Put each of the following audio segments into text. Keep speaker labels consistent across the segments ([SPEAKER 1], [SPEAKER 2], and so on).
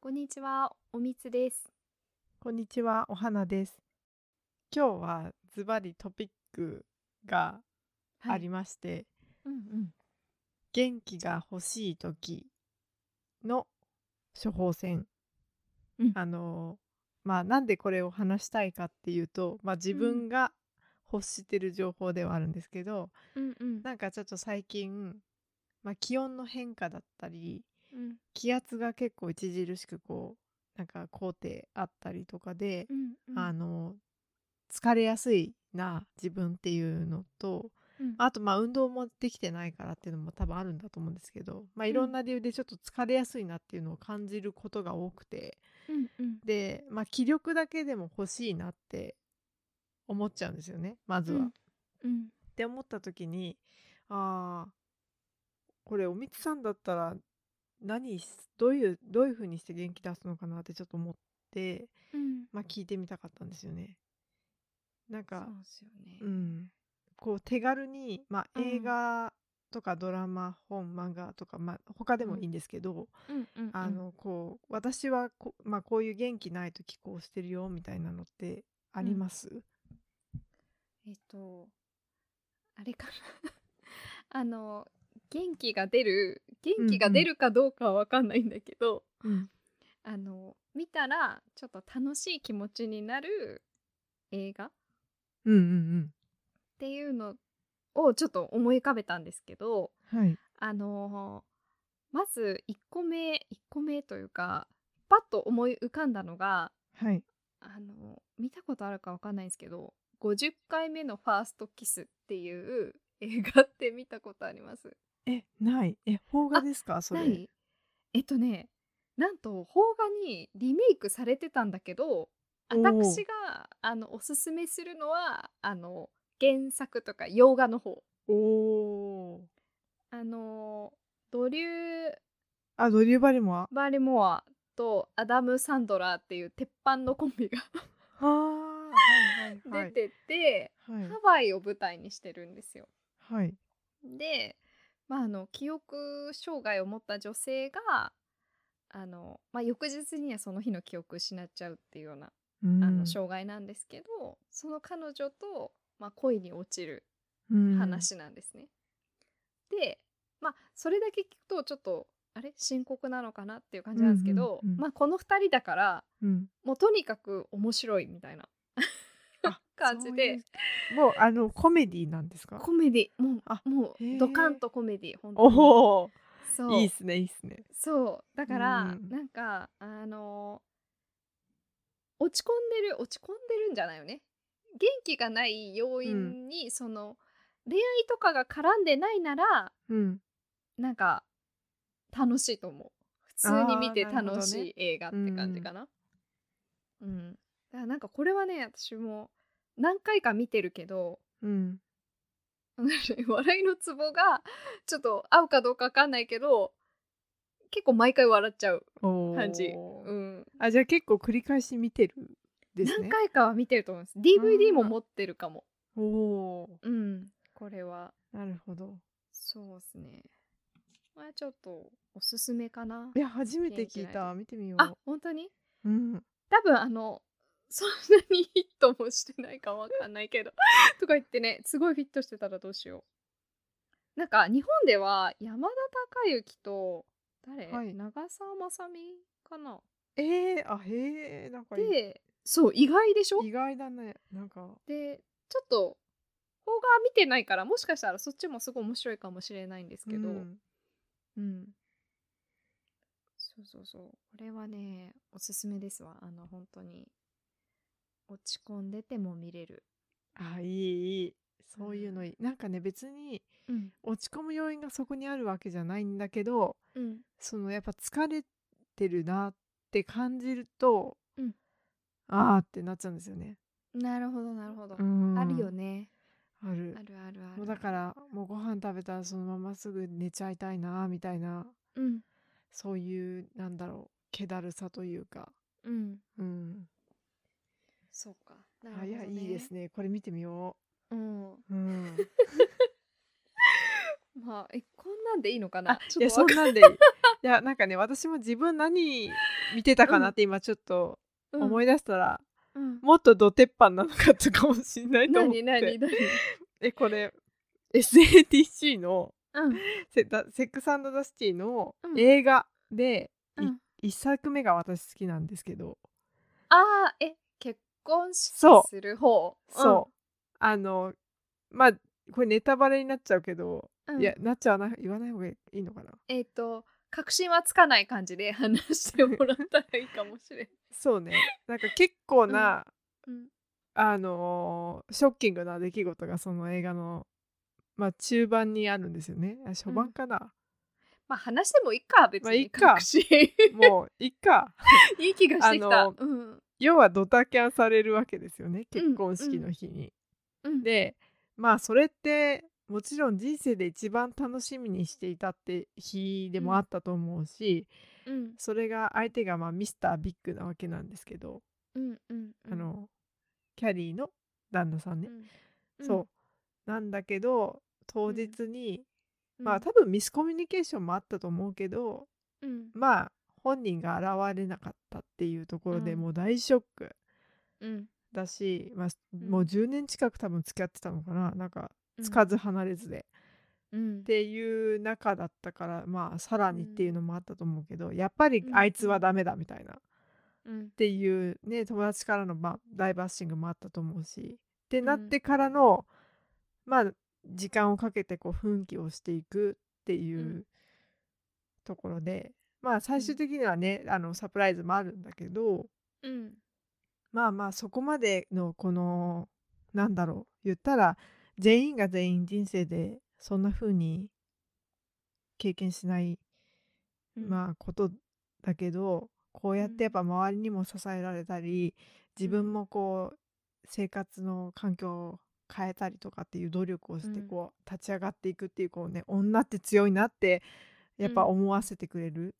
[SPEAKER 1] こんにちは、おみつです。
[SPEAKER 2] こんにちは、お花です。今日はズバリトピックがあり
[SPEAKER 1] ま
[SPEAKER 2] まして、
[SPEAKER 1] す。うんうん。
[SPEAKER 2] 元気が欲しい時の処方箋。
[SPEAKER 1] うん
[SPEAKER 2] あのまあなんでこれを話したいかっていうと、まあ自分が欲してる情報ではあるんですけど、
[SPEAKER 1] うんうん。
[SPEAKER 2] なんかちょっと最近、まあ気温の変化だったり、
[SPEAKER 1] うん
[SPEAKER 2] 気圧が結構著しくこうなんか高低あったりとかで、
[SPEAKER 1] うんうん。
[SPEAKER 2] あの疲れやすいな自分っていうのと
[SPEAKER 1] うん、
[SPEAKER 2] あとまあ運動もできてないからっていうのも多分あるんだと思うんですけど、まあ、いろんな理由でちょっと疲れやすいなっていうのを感じることが多くて
[SPEAKER 1] うんうん。
[SPEAKER 2] で、まあ、気力だけでも欲しいなって思っちゃうんですよねまずは。
[SPEAKER 1] うん
[SPEAKER 2] っ
[SPEAKER 1] うん。
[SPEAKER 2] て思った時にああこれおみつさんだったら何しどういうどういう風にして元気出すのかなってちょっと思って、
[SPEAKER 1] うん。
[SPEAKER 2] まあ、聞いてみたかったんですよね。なん
[SPEAKER 1] そう
[SPEAKER 2] か
[SPEAKER 1] ですよね。
[SPEAKER 2] うん、こう手軽に、まあ、
[SPEAKER 1] うん
[SPEAKER 2] 映画とかドラマ、本漫画とか、まあ、他でもいいんですけど、
[SPEAKER 1] うんうんうん。
[SPEAKER 2] あのこう私はこ,、まあ、こういう元気ない時こうしてるよみたいなのってあります、
[SPEAKER 1] えっと、あれかな。あ の、元気が出る、元気が出るかどうかはわかんないんだけど、
[SPEAKER 2] うん
[SPEAKER 1] あの、見たらちょっと楽しい気持ちになる映画っ
[SPEAKER 2] うんうん
[SPEAKER 1] ていうのをちょっと思い浮かべたんですけど、
[SPEAKER 2] うんはい
[SPEAKER 1] あのーまず1個目1個目というかパッと思い浮かんだのが、
[SPEAKER 2] はい
[SPEAKER 1] あのー見たことあるかわかんないんですけど「50回目のファーストキス」っていう映画って見たことあります
[SPEAKER 2] えないえ邦画ですかそれ
[SPEAKER 1] ないえっとねなんと邦画にリメイクされてたんだけど
[SPEAKER 2] おー
[SPEAKER 1] 私があのおすすめするのはあの原作とか洋画の方
[SPEAKER 2] おおー
[SPEAKER 1] あのードリュー
[SPEAKER 2] あドリューバリもあ
[SPEAKER 1] バーレモアとアダム・サンドラーっていう鉄板のコンビが
[SPEAKER 2] あーはいはいは
[SPEAKER 1] 出
[SPEAKER 2] い
[SPEAKER 1] てて、
[SPEAKER 2] はい
[SPEAKER 1] ハワイを舞台にしてるんですよ。
[SPEAKER 2] はい
[SPEAKER 1] で、まあ、あの記憶障害を持った女性があの、まあ、翌日にはその日の記憶を失っちゃうっていうような
[SPEAKER 2] うん
[SPEAKER 1] あの障害なんですけど、その彼女と、まあ、恋に落ちる
[SPEAKER 2] うん
[SPEAKER 1] 話なんですね。でまあそれだけ聞くとちょっとあれ深刻なのかなっていう感じなんですけど、
[SPEAKER 2] うんうんうん
[SPEAKER 1] まあ、この2人だから
[SPEAKER 2] うん
[SPEAKER 1] もうとにかく面白いみたいな
[SPEAKER 2] あ
[SPEAKER 1] 感じで
[SPEAKER 2] そういうもうあのコメディなんですか
[SPEAKER 1] コメディもう
[SPEAKER 2] あ
[SPEAKER 1] も
[SPEAKER 2] へ
[SPEAKER 1] う
[SPEAKER 2] ー
[SPEAKER 1] ドカンとコメディ本当に
[SPEAKER 2] おお
[SPEAKER 1] そう
[SPEAKER 2] いいっすねいいっすね
[SPEAKER 1] そうだから、
[SPEAKER 2] うん
[SPEAKER 1] なんかあのー落ち込んでる落ち込んでるんじゃないよね元気がない要因に、その恋愛とかが絡んでないなら
[SPEAKER 2] うん
[SPEAKER 1] なんか楽しいと思う普通に見て
[SPEAKER 2] あーなるほどね
[SPEAKER 1] 楽しい映画って感じかなうん、だからなんかこれはね私も何回か見てるけど
[SPEAKER 2] うん
[SPEAKER 1] 笑いのツボがちょっと合うかどうかわかんないけど結構毎回笑っちゃう、
[SPEAKER 2] おー
[SPEAKER 1] 感じうん、
[SPEAKER 2] あじゃあ結構繰り返し見てるです
[SPEAKER 1] 何
[SPEAKER 2] ね
[SPEAKER 1] 回かは見てると思います DVD も持ってるかも
[SPEAKER 2] おお
[SPEAKER 1] うんこれは
[SPEAKER 2] ーなるほど
[SPEAKER 1] そうですねまあちょっとおすすめかない
[SPEAKER 2] や初めて聞いた見てみよう
[SPEAKER 1] あ本当に
[SPEAKER 2] うん
[SPEAKER 1] 多分あの そんなにヒットもしてないかわかんないけど とか言ってねすごいフィットしてたらどうしようなんか日本では山田孝之と誰、
[SPEAKER 2] はい
[SPEAKER 1] 長澤まさみかな
[SPEAKER 2] えー、あへえなんかい
[SPEAKER 1] でそう意外でしょ
[SPEAKER 2] 意外だねなんか
[SPEAKER 1] でちょっと邦画見てないからもしかしたらそっちもすごい面白いかもしれないんですけど、
[SPEAKER 2] うん
[SPEAKER 1] うん。そうそうそう。これはね、おすすめですわ。あの、本当に。落ち込んでても見れる。
[SPEAKER 2] あいいいいそういうのいい、なんかね別に
[SPEAKER 1] うん。
[SPEAKER 2] 落ち込む要因がそこにあるわけじゃないんだけど
[SPEAKER 1] うん。
[SPEAKER 2] そのやっぱ疲れてるなって感じると、
[SPEAKER 1] うん
[SPEAKER 2] あーってなっちゃうんですよね。
[SPEAKER 1] なるほど、なるほど。
[SPEAKER 2] うん
[SPEAKER 1] あるよね。
[SPEAKER 2] ある
[SPEAKER 1] あるあるある。
[SPEAKER 2] もうだからもうご飯食べたらそのまますぐ寝ちゃいたいなみたいな
[SPEAKER 1] うん。
[SPEAKER 2] そういうなんだろう気だるさというか、
[SPEAKER 1] うん。
[SPEAKER 2] うん
[SPEAKER 1] そうか。なるほ
[SPEAKER 2] あ
[SPEAKER 1] ど、
[SPEAKER 2] いやいいです
[SPEAKER 1] ね。
[SPEAKER 2] ねこれ見てみよ
[SPEAKER 1] うん。
[SPEAKER 2] う。 うん、
[SPEAKER 1] まあ、え、こんなんでいいのかな
[SPEAKER 2] あ
[SPEAKER 1] ち
[SPEAKER 2] い
[SPEAKER 1] ょ
[SPEAKER 2] や
[SPEAKER 1] っとわ
[SPEAKER 2] そん
[SPEAKER 1] か
[SPEAKER 2] なんでいいいやなんかね私も自分何見てたかなって今ちょっと
[SPEAKER 1] うん
[SPEAKER 2] 思い出したら、
[SPEAKER 1] うん
[SPEAKER 2] もっとド鉄板なのかったかもしれないと思
[SPEAKER 1] 何
[SPEAKER 2] って
[SPEAKER 1] 何何
[SPEAKER 2] えこれ SATC の
[SPEAKER 1] うん
[SPEAKER 2] セダセックスザ・シティの
[SPEAKER 1] うん
[SPEAKER 2] 映画で
[SPEAKER 1] うん
[SPEAKER 2] 一作目が私好きなんですけど、
[SPEAKER 1] あーえ結婚式
[SPEAKER 2] そう
[SPEAKER 1] する方
[SPEAKER 2] そうあのまあこれネタバレになっちゃうけど、
[SPEAKER 1] うん、うん
[SPEAKER 2] いやなっちゃわない言わない方がいいのかな
[SPEAKER 1] えっ、と確信はつかない感じで 話してもらったらいいかもしれん、
[SPEAKER 2] そうねなんか結構な、
[SPEAKER 1] うん、
[SPEAKER 2] あのーショッキングな出来事がその映画のまあ中盤にあるんですよねあ初盤かな、
[SPEAKER 1] まあ話してもいいか別に、
[SPEAKER 2] まあいいか
[SPEAKER 1] 確信
[SPEAKER 2] もういっか
[SPEAKER 1] いい気がしてき
[SPEAKER 2] あ
[SPEAKER 1] た
[SPEAKER 2] の
[SPEAKER 1] うん
[SPEAKER 2] 要はドタキャンされるわけですよね
[SPEAKER 1] うん
[SPEAKER 2] 結婚式の日に。
[SPEAKER 1] うん
[SPEAKER 2] でまあそれってもちろん人生で一番楽しみにしていたって日でもあったと思うし、
[SPEAKER 1] うん
[SPEAKER 2] それが相手がまあミスタービッグなわけなんですけど、
[SPEAKER 1] うんうんうん
[SPEAKER 2] あのキャリーの旦那さん
[SPEAKER 1] う
[SPEAKER 2] ね、
[SPEAKER 1] ん
[SPEAKER 2] そうなんだけど当日に、
[SPEAKER 1] うん
[SPEAKER 2] まあ多分ミスコミュニケーションもあったと思うけど
[SPEAKER 1] うん
[SPEAKER 2] まあ本人が現れなかったっていうところで
[SPEAKER 1] うん
[SPEAKER 2] もう大ショック、
[SPEAKER 1] うん
[SPEAKER 2] だし、まあ、
[SPEAKER 1] ん
[SPEAKER 2] もう10年近く多分付き合ってたのかななんか
[SPEAKER 1] うん
[SPEAKER 2] つかず離れずで、
[SPEAKER 1] うん
[SPEAKER 2] っていう中だったからまあさらにっていうのもあったと思うけど、やっぱりあいつはダメだみたいな、っ
[SPEAKER 1] うん
[SPEAKER 2] ていうね友達からの、まあ、大バッシングもあったと思うしってなっ
[SPEAKER 1] うん
[SPEAKER 2] てからの、まあ時間をかけてこう奮起をしていくっていううところで、まあ最終的にはね、あのサプライズもあるんだけど
[SPEAKER 1] うん
[SPEAKER 2] まあまあそこまでのこのなんだろう言ったら全員が全員人生でそんな風に経験しないまあことだけどこうやっ
[SPEAKER 1] うん
[SPEAKER 2] てやっぱ周りにも支えられたり自分もこう生活の環境を変えたりとかっていう努力をして
[SPEAKER 1] うん
[SPEAKER 2] こう立ち上がっていくっていうこうね女って強いなってやっぱ
[SPEAKER 1] うん
[SPEAKER 2] 思わせてくれる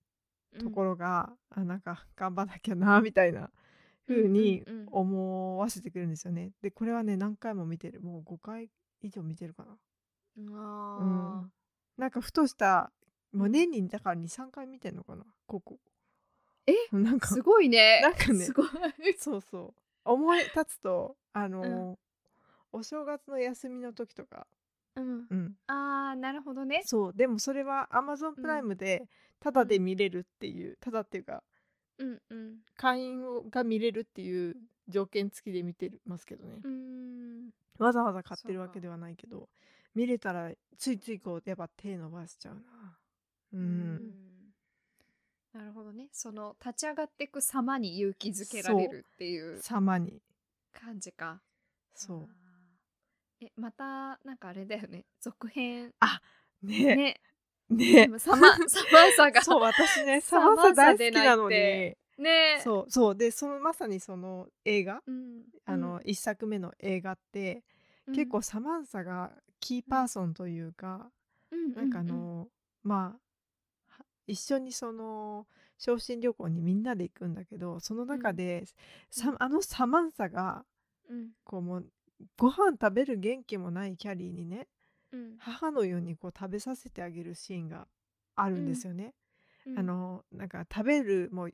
[SPEAKER 1] あ
[SPEAKER 2] ところが、あなんか頑張らなきゃなみたいな風に
[SPEAKER 1] うんうんうん
[SPEAKER 2] 思わせてくるんですよね。でこれはね何回も見てるもう5回以上見てるかな。う
[SPEAKER 1] あ
[SPEAKER 2] ん、なんかふとしたもう年にだから23回見てんのかなここ
[SPEAKER 1] え
[SPEAKER 2] なん
[SPEAKER 1] ー
[SPEAKER 2] か
[SPEAKER 1] すごいね
[SPEAKER 2] なんかね
[SPEAKER 1] すごい
[SPEAKER 2] そうそう思い立つとあのーお正月の休みの時とか、
[SPEAKER 1] うん
[SPEAKER 2] うん、
[SPEAKER 1] ああなるほどね
[SPEAKER 2] そうでもそれは Amazon プライムでタダで見れるっていう、タダっていうか
[SPEAKER 1] うんうん
[SPEAKER 2] 会員をが見れるっていう条件付きで見てますけどね、
[SPEAKER 1] うん
[SPEAKER 2] わざわざ買ってる
[SPEAKER 1] そう
[SPEAKER 2] わ
[SPEAKER 1] か
[SPEAKER 2] けではないけど見れたらついついこうやっぱ手伸ばしちゃうな
[SPEAKER 1] う
[SPEAKER 2] うん、
[SPEAKER 1] んなるほどねその立ち上がっていく様に勇気づけられるっていう
[SPEAKER 2] 様に
[SPEAKER 1] 感じか
[SPEAKER 2] そう
[SPEAKER 1] あーえまたなんかあれだよね続編
[SPEAKER 2] ね
[SPEAKER 1] ね
[SPEAKER 2] ね
[SPEAKER 1] で もサマサマンサが
[SPEAKER 2] そう 私ね
[SPEAKER 1] サ
[SPEAKER 2] サ
[SPEAKER 1] マ
[SPEAKER 2] マ
[SPEAKER 1] ンサ
[SPEAKER 2] ンサ大好
[SPEAKER 1] 出
[SPEAKER 2] き
[SPEAKER 1] ない
[SPEAKER 2] なの
[SPEAKER 1] って
[SPEAKER 2] に
[SPEAKER 1] ね
[SPEAKER 2] そうそうでそのまさにその映画、
[SPEAKER 1] うん
[SPEAKER 2] あの、一作目の映画って、結構、サマンサがキーパーソンというか、
[SPEAKER 1] うん
[SPEAKER 2] なんかあの、、まあは一緒にその昇進旅行にみんなで行くんだけどその中で、さ
[SPEAKER 1] うん
[SPEAKER 2] あのサマンサが
[SPEAKER 1] うん
[SPEAKER 2] こうもうご飯食べる元気もないキャリーにね
[SPEAKER 1] うん
[SPEAKER 2] 母のようにこう食べさせてあげるシーンがあるんですよね。
[SPEAKER 1] うん
[SPEAKER 2] あのなんか食べるもう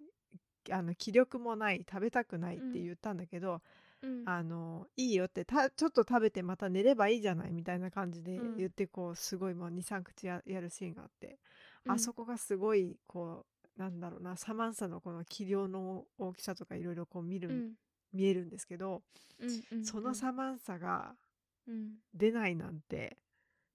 [SPEAKER 2] あの気力もない食べたくないっ
[SPEAKER 1] う
[SPEAKER 2] て
[SPEAKER 1] ん
[SPEAKER 2] 言ったんだけど、
[SPEAKER 1] うん
[SPEAKER 2] あのいいよってたちょっと食べてまた寝ればいいじゃないみたいな感じで
[SPEAKER 1] うん
[SPEAKER 2] 言ってこうすごいもう23口ややるシーンがあって、
[SPEAKER 1] うん
[SPEAKER 2] あそこがすごいこうなんだろうなサマンサのこの気量の大きさとかいろいろこう見る、
[SPEAKER 1] うん
[SPEAKER 2] 見えるんですけど、
[SPEAKER 1] うんうん
[SPEAKER 2] そのサマンサが
[SPEAKER 1] うん
[SPEAKER 2] 出ないなんて、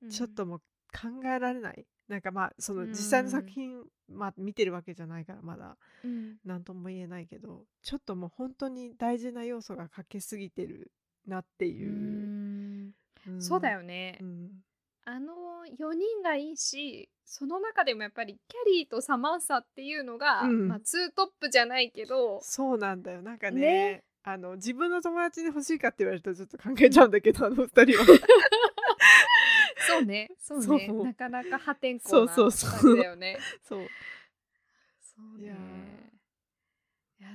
[SPEAKER 1] うん
[SPEAKER 2] ちょっともう考えられないなんかまあその
[SPEAKER 1] うん
[SPEAKER 2] 実際の作品、まあ、見てるわけじゃないからまだ。
[SPEAKER 1] うん
[SPEAKER 2] 何とも言えないけどちょっともう本当に大事な要素が欠けすぎてるなって
[SPEAKER 1] う
[SPEAKER 2] いう、
[SPEAKER 1] んそうだよね
[SPEAKER 2] ね、うん
[SPEAKER 1] あの4人がいいしその中でもやっぱりキャリーとサマンサっていうのが、
[SPEAKER 2] うん
[SPEAKER 1] まあ、ツートップじゃないけど
[SPEAKER 2] そうなんだよなんかね
[SPEAKER 1] ね
[SPEAKER 2] あの自分の友達に欲しいかって言われるとちょっと考えちゃうんだけどあの二人は
[SPEAKER 1] そうねそうね
[SPEAKER 2] そう
[SPEAKER 1] なかなか破天荒な
[SPEAKER 2] そうそうそ
[SPEAKER 1] 感
[SPEAKER 2] う
[SPEAKER 1] じだよね。
[SPEAKER 2] そう
[SPEAKER 1] そうね
[SPEAKER 2] い
[SPEAKER 1] い
[SPEAKER 2] や
[SPEAKER 1] や
[SPEAKER 2] ー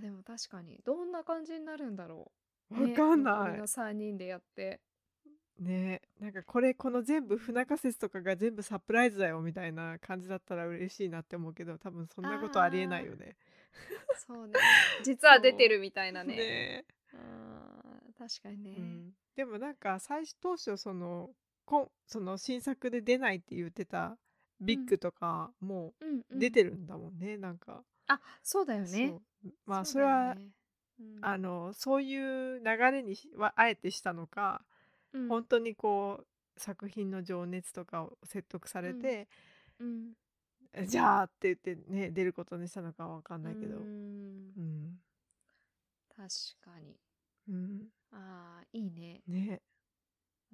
[SPEAKER 1] でも確かにどんな感じになるんだろう
[SPEAKER 2] わかん
[SPEAKER 1] ね
[SPEAKER 2] な
[SPEAKER 1] 残り
[SPEAKER 2] い
[SPEAKER 1] の3人でやって
[SPEAKER 2] ねなんかこれこの全部船仮説とかが全部サプライズだよみたいな感じだったら嬉しいなって思うけど多分そんなことありえないよね
[SPEAKER 1] そう ね実は出てるみたいなね
[SPEAKER 2] ね
[SPEAKER 1] うん確かにね、
[SPEAKER 2] うんでもなんか最初当初そのこんその新作で出ないって言ってたビッグとかも
[SPEAKER 1] うんう
[SPEAKER 2] うん出てるんだもんね、なんか、
[SPEAKER 1] あそうだよね
[SPEAKER 2] そうまあそうれ
[SPEAKER 1] だよ
[SPEAKER 2] は
[SPEAKER 1] ねうん
[SPEAKER 2] あのそういう流れにしはあえてしたのか、
[SPEAKER 1] うん
[SPEAKER 2] 本当にこう作品の情熱とかを説得されて、
[SPEAKER 1] うん
[SPEAKER 2] えじゃあって言ってね出ることにしたのかは分かんないけど
[SPEAKER 1] う
[SPEAKER 2] うんん、
[SPEAKER 1] 確かに
[SPEAKER 2] うん、
[SPEAKER 1] あーいいね
[SPEAKER 2] ね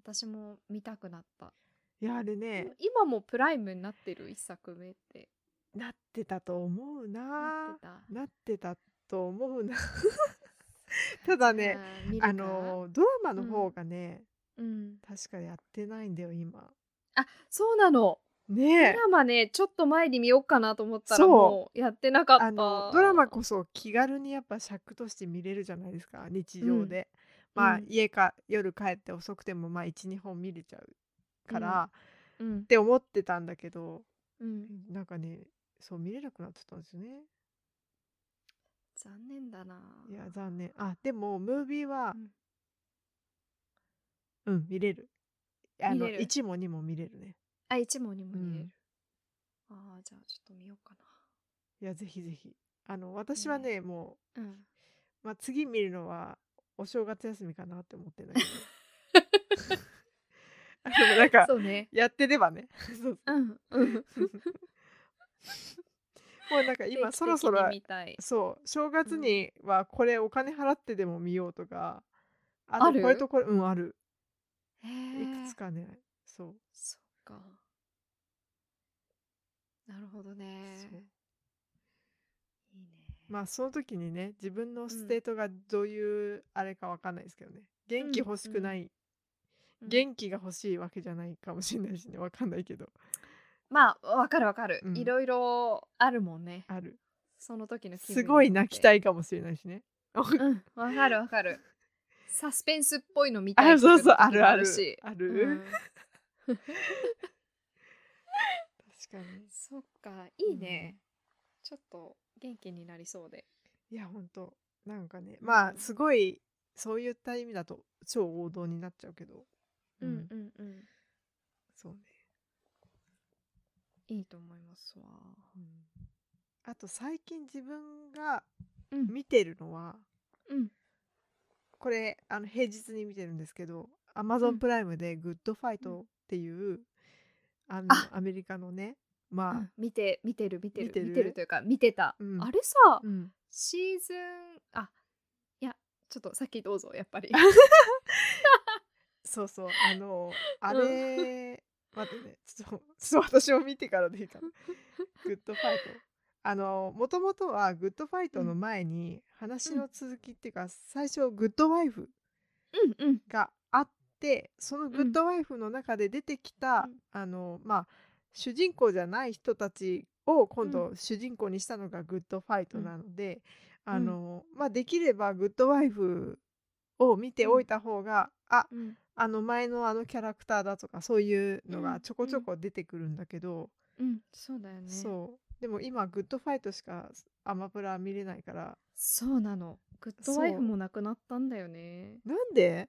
[SPEAKER 1] 私も見たくなった、
[SPEAKER 2] いやあれね
[SPEAKER 1] 今今もプライムになってる一作目って
[SPEAKER 2] なってたと思う
[SPEAKER 1] なっ
[SPEAKER 2] な
[SPEAKER 1] てた
[SPEAKER 2] なってたと思うな ただね
[SPEAKER 1] じゃあ
[SPEAKER 2] あ
[SPEAKER 1] 見るか
[SPEAKER 2] のドラマの方がね、
[SPEAKER 1] うん
[SPEAKER 2] 確かやってないんだよ今
[SPEAKER 1] そうなのド
[SPEAKER 2] ねえ
[SPEAKER 1] ラマねちょっと前に見ようかなと思ったら
[SPEAKER 2] そう
[SPEAKER 1] もうやってなかった
[SPEAKER 2] あのドラマこそ気軽にやっぱ尺として見れるじゃないですか日常で、
[SPEAKER 1] うん
[SPEAKER 2] まあ、
[SPEAKER 1] うん
[SPEAKER 2] 家か夜帰って遅くてもまあ12本見れちゃうから、
[SPEAKER 1] うん
[SPEAKER 2] っ
[SPEAKER 1] うん
[SPEAKER 2] て思ってたんだけど
[SPEAKER 1] うん
[SPEAKER 2] なんかねそう見れなくなってたんですよね
[SPEAKER 1] 残念だない
[SPEAKER 2] や残念あでもムービーは
[SPEAKER 1] うん
[SPEAKER 2] うん、見れるあの
[SPEAKER 1] 見れる
[SPEAKER 2] 1も2も見れるね
[SPEAKER 1] あ一問にも見れる、あーじゃあちょっと見ようか
[SPEAKER 2] いやぜひぜひあの私はね、も
[SPEAKER 1] なうん
[SPEAKER 2] う、まあ、次見るのはお正月休みかなって思って ないあでもなんか
[SPEAKER 1] そうね
[SPEAKER 2] やってればね そう
[SPEAKER 1] うんうん
[SPEAKER 2] もうなんか今そろそろ
[SPEAKER 1] 定期的に見たい
[SPEAKER 2] そう正月にはこれお金払ってでも見ようとか、あ
[SPEAKER 1] あ
[SPEAKER 2] と
[SPEAKER 1] る
[SPEAKER 2] これとこれうんある
[SPEAKER 1] へ
[SPEAKER 2] い
[SPEAKER 1] ー
[SPEAKER 2] くつかねそう
[SPEAKER 1] そっかなるほどね
[SPEAKER 2] そう
[SPEAKER 1] いいね
[SPEAKER 2] まあその時にね自分のステートがどういうあれかわかんないですけどね元気欲しくな
[SPEAKER 1] う
[SPEAKER 2] い、
[SPEAKER 1] ん
[SPEAKER 2] 元気が欲しいわけじゃないかもしれないしねわかんないけど
[SPEAKER 1] まあわかるわかる、
[SPEAKER 2] うん
[SPEAKER 1] いろいろあるもんね
[SPEAKER 2] ある
[SPEAKER 1] その時の気分
[SPEAKER 2] すごい泣き
[SPEAKER 1] い
[SPEAKER 2] たいかもしれないしね
[SPEAKER 1] うんわかるわかるサスペンスっぽいの見たい
[SPEAKER 2] あそうそうあ
[SPEAKER 1] 気分の時
[SPEAKER 2] る
[SPEAKER 1] も
[SPEAKER 2] ある
[SPEAKER 1] し
[SPEAKER 2] あ
[SPEAKER 1] う
[SPEAKER 2] る、
[SPEAKER 1] ん、
[SPEAKER 2] 確かに
[SPEAKER 1] そっかいいね、ちょっと元気になりそうで
[SPEAKER 2] いやほんとなんかねまあすごいそういった意味だと超王道になっちゃうけど
[SPEAKER 1] うんうん
[SPEAKER 2] そうね、
[SPEAKER 1] いいと思いますわ
[SPEAKER 2] うんあと最近自分が
[SPEAKER 1] うん
[SPEAKER 2] 見てるのは、
[SPEAKER 1] うん
[SPEAKER 2] これあの平日に見てるんですけど
[SPEAKER 1] う
[SPEAKER 2] Amazon
[SPEAKER 1] ん
[SPEAKER 2] プライムで「グッドファイト」っていう、あの
[SPEAKER 1] あ
[SPEAKER 2] アメリカのねまあ、
[SPEAKER 1] うん見て見てる見てる見
[SPEAKER 2] 見
[SPEAKER 1] て
[SPEAKER 2] て
[SPEAKER 1] る
[SPEAKER 2] る
[SPEAKER 1] というか見てた、
[SPEAKER 2] うん
[SPEAKER 1] あれさ、
[SPEAKER 2] うん
[SPEAKER 1] シーズンあいやちょっとさっきどうぞやっぱり
[SPEAKER 2] そう そうあのあれ、待ってねちょっと ちょっと私を見てからでいい かなグッドファイトあのもともとはグッドファイトの前に話の続きっていうか、最初グッドワイフ
[SPEAKER 1] うんうん
[SPEAKER 2] があってそのグッドワイフの中で出てきた、
[SPEAKER 1] うん
[SPEAKER 2] あのまあ主人公じゃない人たちを今
[SPEAKER 1] う
[SPEAKER 2] 度主人公にしたのがグッドファイトなので、
[SPEAKER 1] うん
[SPEAKER 2] あのまあできればグッドワイフを見ておいた方が、あ
[SPEAKER 1] うん
[SPEAKER 2] あの前のあのキャラクターだとかそういうの
[SPEAKER 1] うん
[SPEAKER 2] がちょこちょこ出てくるんだけど、
[SPEAKER 1] うんそうだよね
[SPEAKER 2] そうでも今グッドファイトしかアマプラ見れないから
[SPEAKER 1] そうなのグッドワイフもなくなったんだよね
[SPEAKER 2] なんで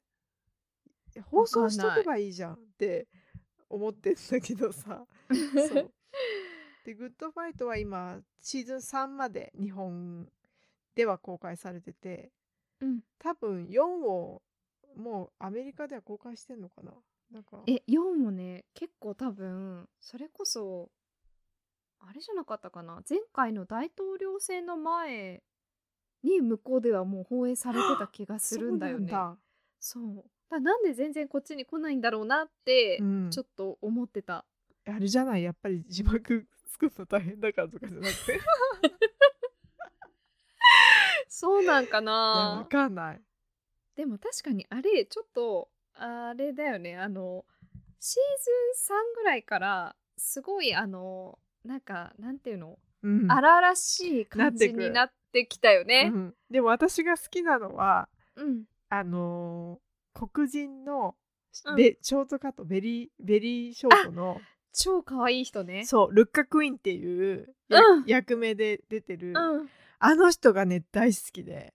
[SPEAKER 2] 放送しとけばいいじゃんって思ってんだけ どさそうでグッドファイトは今シーズン3まで日本では公開されてて
[SPEAKER 1] うん
[SPEAKER 2] 多分4をもうアメリカでは公開してんのかななんか
[SPEAKER 1] え4もね結構多分それこそあれじゃなかったかな前回の大統領選の前に向こうではもう放映されてた気がするんだよね
[SPEAKER 2] そうなんだ
[SPEAKER 1] そうだからなんで全然こっちに来ないんだろうなって、
[SPEAKER 2] うん
[SPEAKER 1] ちょっと思ってた
[SPEAKER 2] あれじゃないやっぱり字幕 作るの大変だからとかじゃな くていや
[SPEAKER 1] そうなんか
[SPEAKER 2] わ
[SPEAKER 1] な
[SPEAKER 2] かんない
[SPEAKER 1] でも確かにあれちょっとあれだよねあのシーズン3ぐらいからすごいあのなんかなんていうの、
[SPEAKER 2] うん
[SPEAKER 1] 荒々しい感じになってきたよね
[SPEAKER 2] う。んでも私が好きなのは
[SPEAKER 1] うん、
[SPEAKER 2] あのー黒人の、
[SPEAKER 1] うん
[SPEAKER 2] べショートカットベリーベリーショートの
[SPEAKER 1] 超可愛い人ね。
[SPEAKER 2] そうルッカ・クイーンっていうや
[SPEAKER 1] うん
[SPEAKER 2] 役名で出てる、
[SPEAKER 1] うん、
[SPEAKER 2] あの人がね大好きで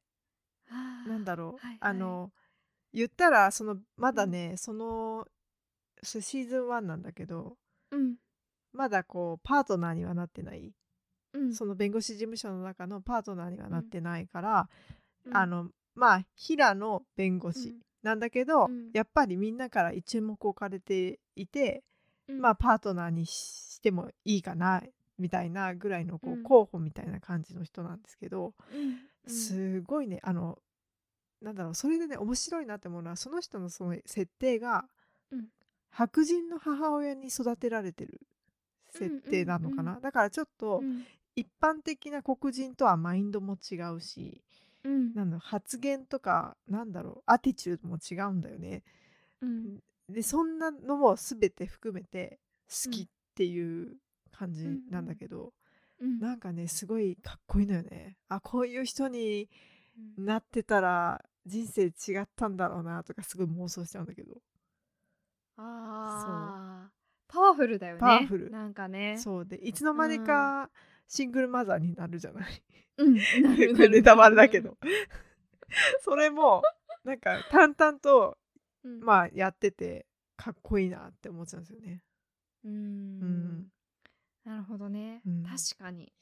[SPEAKER 1] な
[SPEAKER 2] なんだろう、
[SPEAKER 1] はいはい
[SPEAKER 2] あの言ったらそのまだね、そのシーズン1なんだけど
[SPEAKER 1] うん、
[SPEAKER 2] まだこうパートナーにはなってない、
[SPEAKER 1] うん、
[SPEAKER 2] その弁護士事務所の中のパートナーにはなってないから、
[SPEAKER 1] うん
[SPEAKER 2] あ、のまあ平野弁護
[SPEAKER 1] う
[SPEAKER 2] 士
[SPEAKER 1] ん
[SPEAKER 2] なんだけど、
[SPEAKER 1] うん
[SPEAKER 2] やっぱりみんなから一目置かれていて、
[SPEAKER 1] うん
[SPEAKER 2] まあ、パートナーにしてもいいかなみたいなぐらいのこ
[SPEAKER 1] うん
[SPEAKER 2] う候補みたいな感じの人なんですけど、
[SPEAKER 1] うんうん
[SPEAKER 2] すごいねあのなんだろうそれでね面白いなって思うのはその人のその設定が、
[SPEAKER 1] うん
[SPEAKER 2] 白人の母親に育てられてる設定なのかな、
[SPEAKER 1] うんうん
[SPEAKER 2] だからちょっと
[SPEAKER 1] うん
[SPEAKER 2] 一般的な黒人とはマインドも違うし、
[SPEAKER 1] うん
[SPEAKER 2] なんだろう発言とかなんだろうアティチュードも違うんだよね。
[SPEAKER 1] うん
[SPEAKER 2] でそんなのも全て含めて好きっていう感じなんだけど、
[SPEAKER 1] うん
[SPEAKER 2] なんかねすごいかっこいいのよね。あこういう人に
[SPEAKER 1] うん
[SPEAKER 2] なってたら人生違ったんだろうなとかすごい妄想しちゃうんだけど、
[SPEAKER 1] ああパワフルだよね
[SPEAKER 2] パワフル
[SPEAKER 1] なんかね
[SPEAKER 2] そうでいつの間にかシングルマザーになるじゃない
[SPEAKER 1] うん
[SPEAKER 2] こ
[SPEAKER 1] なるな
[SPEAKER 2] れ
[SPEAKER 1] る
[SPEAKER 2] ネタバレだけど それもなんか淡々と
[SPEAKER 1] うん
[SPEAKER 2] まあやっててかっこいいなって思っちゃうんですよね
[SPEAKER 1] う
[SPEAKER 2] うん
[SPEAKER 1] んなるほどね
[SPEAKER 2] うん
[SPEAKER 1] 確かに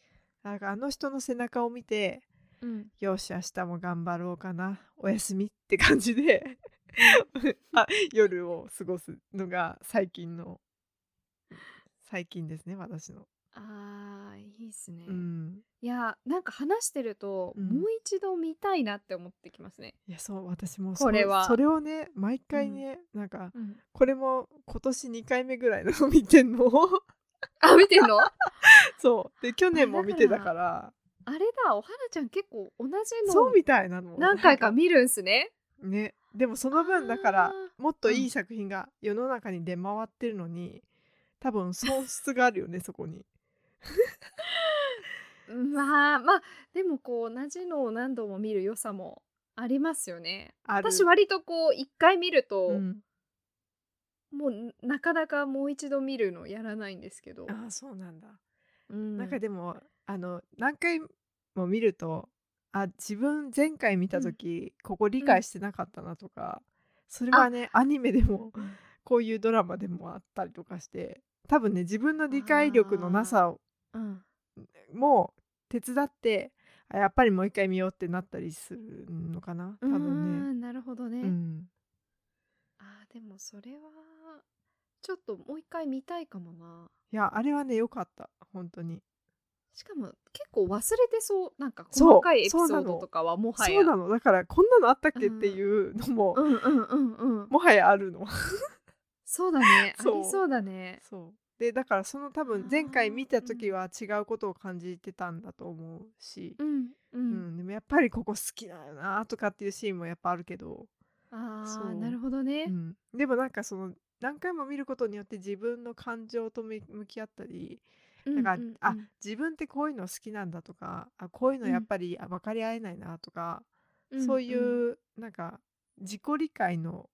[SPEAKER 2] なんかあの人の背中を見て
[SPEAKER 1] うん
[SPEAKER 2] よし明日も頑張ろうかなおやすみ って感じで あ夜を過ごすのが最近の最近ですね私の。
[SPEAKER 1] あーいいっすね
[SPEAKER 2] うん、
[SPEAKER 1] いやなんか話してると
[SPEAKER 2] うん
[SPEAKER 1] もう一度見たいなって思ってきますね
[SPEAKER 2] いやそう私も
[SPEAKER 1] これ
[SPEAKER 2] そ
[SPEAKER 1] は
[SPEAKER 2] それをね毎回ね、なんか
[SPEAKER 1] うん
[SPEAKER 2] これも今年2回目ぐらいの 見てんの
[SPEAKER 1] あ見てんのあ
[SPEAKER 2] そうで去年も見てたから
[SPEAKER 1] れだおはなちゃん結構同じ
[SPEAKER 2] そう
[SPEAKER 1] の
[SPEAKER 2] みたい なの
[SPEAKER 1] 何回か見るんすね
[SPEAKER 2] ねでもその分だから
[SPEAKER 1] あー
[SPEAKER 2] もっというい作品が世の中に出回ってるのに多分損失があるよねそこに。
[SPEAKER 1] まあまあでもこう同じのを何度も見る良さもありますよね。
[SPEAKER 2] ある
[SPEAKER 1] 私割とこう一回見ると、
[SPEAKER 2] うん
[SPEAKER 1] もうなかなかもう一度見るのやらないんですけど、
[SPEAKER 2] ああそうなんだ、
[SPEAKER 1] うん
[SPEAKER 2] なんかでもあの何回も見るとあ自分前回見た時、ここ理解してなかったなとか、それはねアニメでも こういうドラマでもあったりとかして多分ね自分の理解力のなさを
[SPEAKER 1] うん
[SPEAKER 2] も手伝ってあやっぱりもう一回見ようってなったりするのかな多分
[SPEAKER 1] ね
[SPEAKER 2] ね。
[SPEAKER 1] なるほどね、
[SPEAKER 2] うん
[SPEAKER 1] あーでもそれはちょっともう一回見たいかもない
[SPEAKER 2] やあれはね良かった本当に、
[SPEAKER 1] しかも結構忘れてそうなんか
[SPEAKER 2] そう
[SPEAKER 1] 細かいエピソ
[SPEAKER 2] そう
[SPEAKER 1] ー
[SPEAKER 2] なの
[SPEAKER 1] ドとかはもはや
[SPEAKER 2] そうなのだからこんなのあったっけっ
[SPEAKER 1] うん
[SPEAKER 2] ていうのも、
[SPEAKER 1] うんうんうんうん
[SPEAKER 2] もはやあるの
[SPEAKER 1] そう だねあ
[SPEAKER 2] そう
[SPEAKER 1] りそうだね
[SPEAKER 2] そうでだからその多分前
[SPEAKER 1] あ
[SPEAKER 2] 回
[SPEAKER 1] ー
[SPEAKER 2] 見た時は違うことを感じてたんだと思うし、
[SPEAKER 1] うんう、
[SPEAKER 2] うんんでもやっぱりここ好きだよなとかっていうシーンもやっぱあるけど、
[SPEAKER 1] あ
[SPEAKER 2] そ
[SPEAKER 1] あ
[SPEAKER 2] う
[SPEAKER 1] なるほどね、
[SPEAKER 2] うんでもなんかその何回も見ることによって自分の感情と向向き合ったり
[SPEAKER 1] うん
[SPEAKER 2] だから、
[SPEAKER 1] うん
[SPEAKER 2] あ自分ってこういうの好きなんだとかあこういうのやっぱり、あ分かり合えないなとか、
[SPEAKER 1] うん
[SPEAKER 2] そうい
[SPEAKER 1] ん
[SPEAKER 2] うなんか自己理解の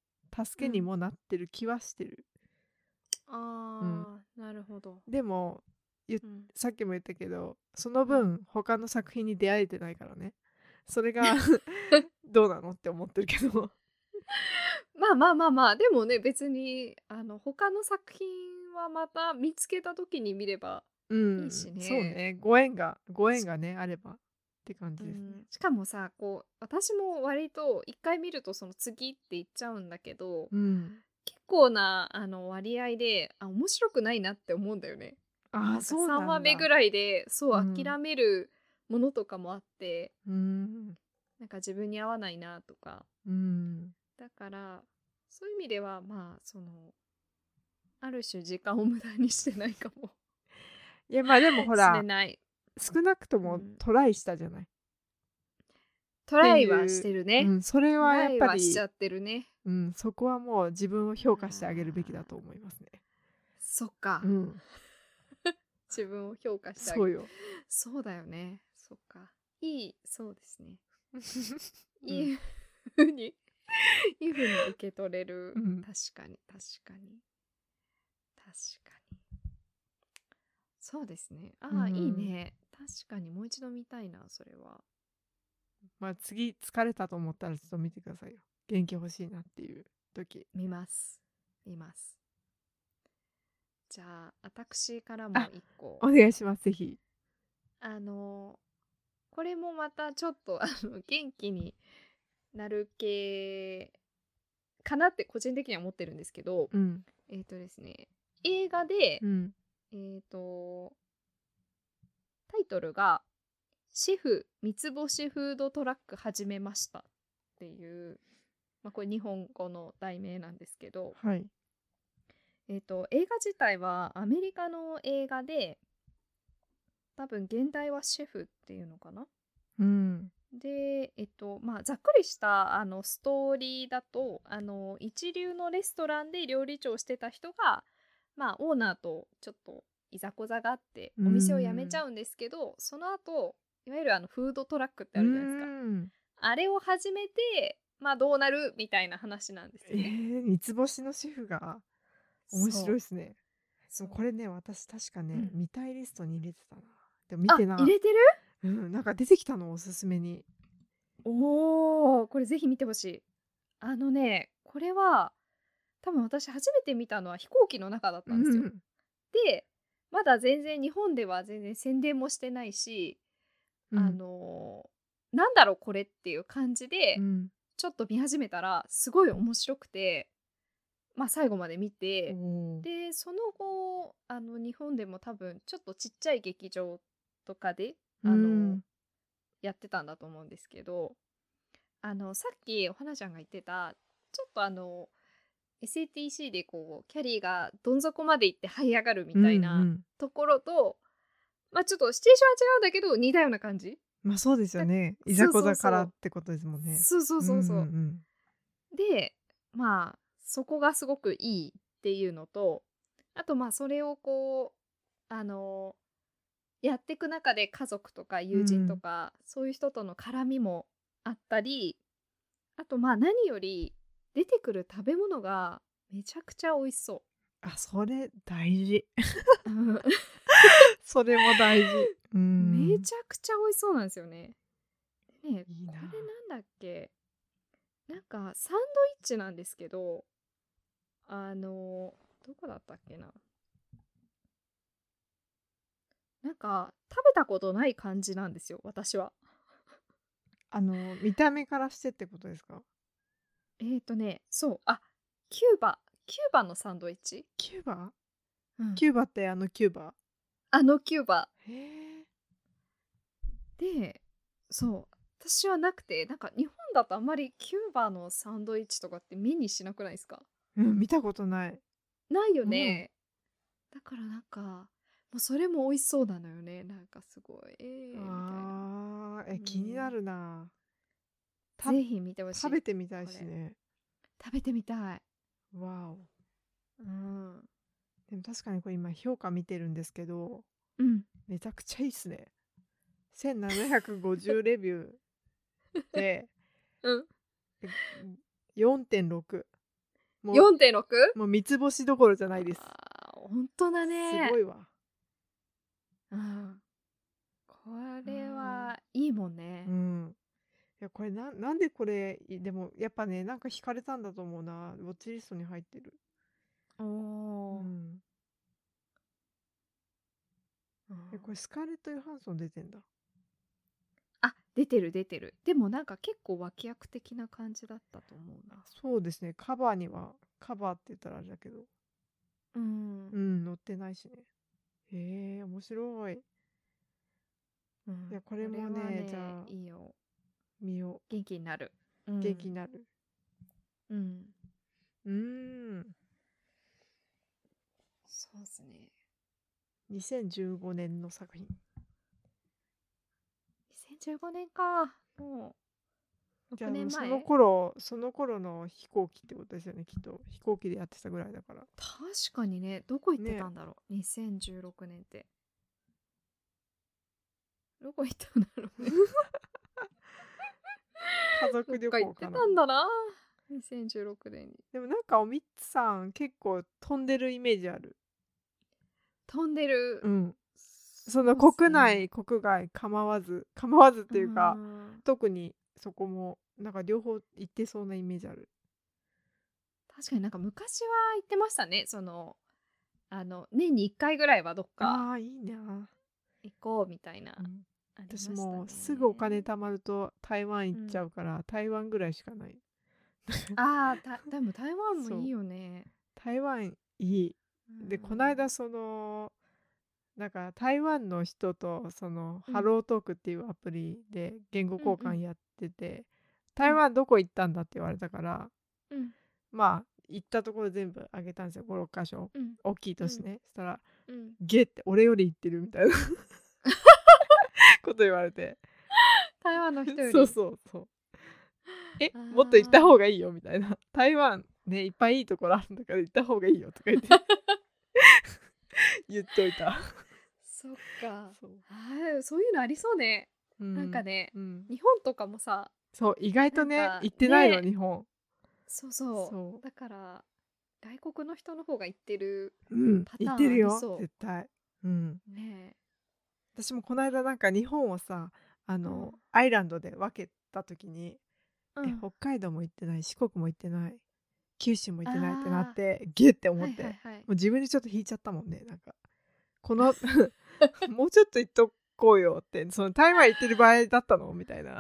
[SPEAKER 2] 助けにもなってる気はしてる、
[SPEAKER 1] ああ、なるほど、
[SPEAKER 2] でも
[SPEAKER 1] うん
[SPEAKER 2] さっきも言ったけどその分他の作品に出会えてないからね それがどうなのって思ってるけど
[SPEAKER 1] まあまあまあまあでもね別にあの他の作品はまた見つけた時に見れば、
[SPEAKER 2] うん
[SPEAKER 1] いいしね
[SPEAKER 2] そうねご縁がご縁がねあればって感じですね、
[SPEAKER 1] うんしかもさこう私も割と一回見るとその次って言っちゃうんだけど、
[SPEAKER 2] うん、
[SPEAKER 1] 結構なあの割合であ面白くないなって思うんだよね。
[SPEAKER 2] ああそうなんだ
[SPEAKER 1] 3話目ぐらいでそう
[SPEAKER 2] うん
[SPEAKER 1] 諦めるものとかもあって、
[SPEAKER 2] うん
[SPEAKER 1] なんか自分に合わないなとか
[SPEAKER 2] うん
[SPEAKER 1] だからそういう意味ではまあそのある種時間を無駄にしてないかも
[SPEAKER 2] いやまあでもほ
[SPEAKER 1] し
[SPEAKER 2] ら
[SPEAKER 1] れない
[SPEAKER 2] 少なくと
[SPEAKER 1] う
[SPEAKER 2] も
[SPEAKER 1] ん
[SPEAKER 2] トライしたじゃない、
[SPEAKER 1] トライはしてるね、
[SPEAKER 2] うん、それ
[SPEAKER 1] ト
[SPEAKER 2] は
[SPEAKER 1] ラ
[SPEAKER 2] やっ
[SPEAKER 1] イ
[SPEAKER 2] ぱ
[SPEAKER 1] は
[SPEAKER 2] り
[SPEAKER 1] しちゃってるね
[SPEAKER 2] うん、そこはもう自分を評価してあげるべきだと思いますね。
[SPEAKER 1] そっか、
[SPEAKER 2] うん、
[SPEAKER 1] 自分を評価してあげ
[SPEAKER 2] そ
[SPEAKER 1] る
[SPEAKER 2] うよ。
[SPEAKER 1] そうだよねそっかいいそうですね
[SPEAKER 2] うん
[SPEAKER 1] いいふうに、 いいふうに受け取れる、
[SPEAKER 2] うん
[SPEAKER 1] 確かに確かに確かにそうですねああ、
[SPEAKER 2] うん
[SPEAKER 1] いいね確かにもう一度見たいなそれは
[SPEAKER 2] まあ次疲れたと思ったらちょっと見てくださいよ元気欲しいなっていう時
[SPEAKER 1] 見ます見ますじゃあ私からも一個
[SPEAKER 2] お願いしますぜひ
[SPEAKER 1] あのこれもまたちょっとあ の元気になる系かなって個人的には思ってるんですけど、
[SPEAKER 2] うん
[SPEAKER 1] えっ、とですね映画で、
[SPEAKER 2] うん
[SPEAKER 1] えっ、とタイトルが「シェフ三つ星フードトラック始めました」っていう、まあ、これ日本語の題名なんですけど、
[SPEAKER 2] はい
[SPEAKER 1] えー、と映画自体はアメリカの映画で多分現代はシェフっていうのかな
[SPEAKER 2] うん
[SPEAKER 1] で、えっとまあ、ざっくりしたあのストーリーだとあの一流のレストランで料理長をしてた人が、まあ、オーナーとちょっといざこざがあってお店を辞めちゃうんですけどその後いわゆるあのフードトラックってあるじゃないですか
[SPEAKER 2] うん
[SPEAKER 1] あれを始めて、まあ、どうなるみたいな話なんです
[SPEAKER 2] え
[SPEAKER 1] よね。
[SPEAKER 2] ー、三つ星のシェフが面白いですね
[SPEAKER 1] そ
[SPEAKER 2] そううこれね私確かね、
[SPEAKER 1] うん
[SPEAKER 2] 見たいリストに入れてたなでも見てな
[SPEAKER 1] あ入れてる
[SPEAKER 2] うん、なんか出てきたのおすすめに
[SPEAKER 1] おおこれぜひ見てほしいあのねこれは多分私初めて見たのは飛行機の中だったんですよ、でまだ全然日本では全然宣伝もしてないし、
[SPEAKER 2] うん
[SPEAKER 1] あのーなんだろうこれっていう感じで、
[SPEAKER 2] うん
[SPEAKER 1] ちょっと見始めたらすごい面白くてまあ最後まで見て、
[SPEAKER 2] おー
[SPEAKER 1] でその後あの日本でも多分ちょっとちっちゃい劇場とかであの、
[SPEAKER 2] うん
[SPEAKER 1] やってたんだと思うんですけどあのさっきお花ちゃんが言ってたちょっとあの SATC でこうキャリーがどん底まで行って這い上がるみたい
[SPEAKER 2] うんう
[SPEAKER 1] なんところと、まあちょっとシチュエーションは違うんだけど似たような感じ、
[SPEAKER 2] まあそうですよね
[SPEAKER 1] だ
[SPEAKER 2] いざこざ
[SPEAKER 1] そうそうそ
[SPEAKER 2] か
[SPEAKER 1] う
[SPEAKER 2] らってことですもんね
[SPEAKER 1] そうそうそうそう、
[SPEAKER 2] んん
[SPEAKER 1] でまあそこがすごくいいっていうのとあとまあそれをこうあのやっていく中で家族とか友人とか、そういう人との絡みもあったりあとまあ何より出てくる食べ物がめちゃくちゃ美味しそ
[SPEAKER 2] あそれ大事
[SPEAKER 1] う、うん
[SPEAKER 2] それも大事 うん
[SPEAKER 1] めちゃくちゃ美味しそうなんですよね。でね
[SPEAKER 2] いい
[SPEAKER 1] こ
[SPEAKER 2] な
[SPEAKER 1] れなんだっけなんかサンドイッチなんですけどあのどこだったっけななんか食べたことない感じなんですよ私は。
[SPEAKER 2] あの見た目からしてってことですか
[SPEAKER 1] えっ、ー、とねそうあキューバキューバのサンドイッチ、
[SPEAKER 2] キューバキ
[SPEAKER 1] ュ
[SPEAKER 2] ューバってあのキューバ
[SPEAKER 1] あのキューバ
[SPEAKER 2] へえ
[SPEAKER 1] でそう私はなくてなんか日本だとあんまりキューバのサンドイッチとかって目にしなくないですか
[SPEAKER 2] うん見たことない
[SPEAKER 1] ないよね、だからなんかもうそれも美味しそうなのよねなんかすごいえーみたいな
[SPEAKER 2] あ
[SPEAKER 1] う
[SPEAKER 2] ーえ
[SPEAKER 1] ん
[SPEAKER 2] 気になるなた
[SPEAKER 1] ぜひ見てほしい
[SPEAKER 2] 食べてみたいしね
[SPEAKER 1] 食べてみたい
[SPEAKER 2] わお
[SPEAKER 1] うん、
[SPEAKER 2] でも確かにこれ今評価見てるんですけど
[SPEAKER 1] うん、
[SPEAKER 2] めちゃくちゃいいっすね1750レビューで
[SPEAKER 1] うん
[SPEAKER 2] 4.6もう
[SPEAKER 1] 4.6?
[SPEAKER 2] もう三つ星どころじゃないです
[SPEAKER 1] あー本当だね
[SPEAKER 2] すごいわ
[SPEAKER 1] うん、これはいいもんね
[SPEAKER 2] うんいやこれななんでこれいでもやっぱねなんか惹かれたんだと思うなウォッチリストに入ってる、う
[SPEAKER 1] おー
[SPEAKER 2] ん、
[SPEAKER 1] うん
[SPEAKER 2] えこれスカーレット・ヨハンソン出てんだ
[SPEAKER 1] あ出てる出てるでもなんか結構脇役的な感じだったと思うな
[SPEAKER 2] そうですねカバーにはカバーって言ったらあれだけど
[SPEAKER 1] うん
[SPEAKER 2] うん載ってないしねへえ面白い
[SPEAKER 1] うん
[SPEAKER 2] いやこれもね
[SPEAKER 1] は
[SPEAKER 2] じゃあ
[SPEAKER 1] いいよ
[SPEAKER 2] 見よ
[SPEAKER 1] 元気になる、う
[SPEAKER 2] うん元気になる
[SPEAKER 1] うん
[SPEAKER 2] うーん
[SPEAKER 1] そうですね。
[SPEAKER 2] 2015年の作品
[SPEAKER 1] 2015年か。もう、
[SPEAKER 2] じゃ
[SPEAKER 1] 6
[SPEAKER 2] あも
[SPEAKER 1] 年
[SPEAKER 2] うそ
[SPEAKER 1] 前。
[SPEAKER 2] の
[SPEAKER 1] 確
[SPEAKER 2] 頃その頃の飛行機ってことですよねきっと飛行機でやってたぐらいだから
[SPEAKER 1] かにね、どこ行ってたんだろう。2016年って。どこ行ったんだろ うね。
[SPEAKER 2] 家
[SPEAKER 1] ど
[SPEAKER 2] 族旅
[SPEAKER 1] っか行
[SPEAKER 2] 行
[SPEAKER 1] って
[SPEAKER 2] か
[SPEAKER 1] た
[SPEAKER 2] なん
[SPEAKER 1] だな。2016年に。
[SPEAKER 2] でもなんかおみつさん結構飛んでるイメージある
[SPEAKER 1] 飛んでる。
[SPEAKER 2] うんその
[SPEAKER 1] そうっすね
[SPEAKER 2] 国内、国外構わず構わずっていうか、
[SPEAKER 1] ん
[SPEAKER 2] 特にそこもなんか両方行ってそうなイメージある
[SPEAKER 1] 確かになんか昔は言ってましたねそのあの年に1回ぐらいはどっか
[SPEAKER 2] ああーいいな、
[SPEAKER 1] 行こうみたいな、
[SPEAKER 2] うん
[SPEAKER 1] ありまし
[SPEAKER 2] 私
[SPEAKER 1] たね
[SPEAKER 2] もうすぐお金貯まると台湾行っちゃうから、台湾ぐらいしかない
[SPEAKER 1] あーたでも台湾
[SPEAKER 2] そ
[SPEAKER 1] も
[SPEAKER 2] う
[SPEAKER 1] いいよね
[SPEAKER 2] 台湾いいで、
[SPEAKER 1] うん
[SPEAKER 2] この間そのなんか台湾の人とその、
[SPEAKER 1] うん
[SPEAKER 2] ハロートークっていうアプリで言語交
[SPEAKER 1] うんう
[SPEAKER 2] 換やってて、台湾どこ行ったんだって言われたから、
[SPEAKER 1] うん
[SPEAKER 2] まあ行ったところ全部あげたんですよ56箇所
[SPEAKER 1] うん
[SPEAKER 2] 大きい都市ね、そしたら
[SPEAKER 1] うん
[SPEAKER 2] 「ゲ」って俺より行ってる みたいなこと言われて
[SPEAKER 1] 台湾の人より
[SPEAKER 2] そうそうそうえ
[SPEAKER 1] あー
[SPEAKER 2] もっと行った方がいいよみたいな 台湾ねいっぱいいいところあるんだから行った方がいいよとか言って 言っといた
[SPEAKER 1] そっか
[SPEAKER 2] そう、
[SPEAKER 1] あーそういうのありそうね、
[SPEAKER 2] う
[SPEAKER 1] なんか、ね
[SPEAKER 2] うん、
[SPEAKER 1] 日本とかもさ
[SPEAKER 2] そう意外とね
[SPEAKER 1] なんか
[SPEAKER 2] 行ってないの、
[SPEAKER 1] ね
[SPEAKER 2] 日本
[SPEAKER 1] そうそう
[SPEAKER 2] そう
[SPEAKER 1] だから外国の人の方が行ってる
[SPEAKER 2] うん
[SPEAKER 1] パターン
[SPEAKER 2] 行ってる
[SPEAKER 1] ありそ
[SPEAKER 2] よ
[SPEAKER 1] う
[SPEAKER 2] 絶対うん
[SPEAKER 1] ね
[SPEAKER 2] 私もこの間なんか日本をさあの、
[SPEAKER 1] うん
[SPEAKER 2] アイランドで分けた時に、
[SPEAKER 1] え、
[SPEAKER 2] え
[SPEAKER 1] うん
[SPEAKER 2] 北海道も行ってない四国も行ってない九州も行ってないってな
[SPEAKER 1] あー
[SPEAKER 2] ってゲって思って、
[SPEAKER 1] はいはいはい
[SPEAKER 2] もう自分でちょっと引いちゃったもんねなんか この もうちょっと行っとこうよってその台湾行ってる場合だったのみたいな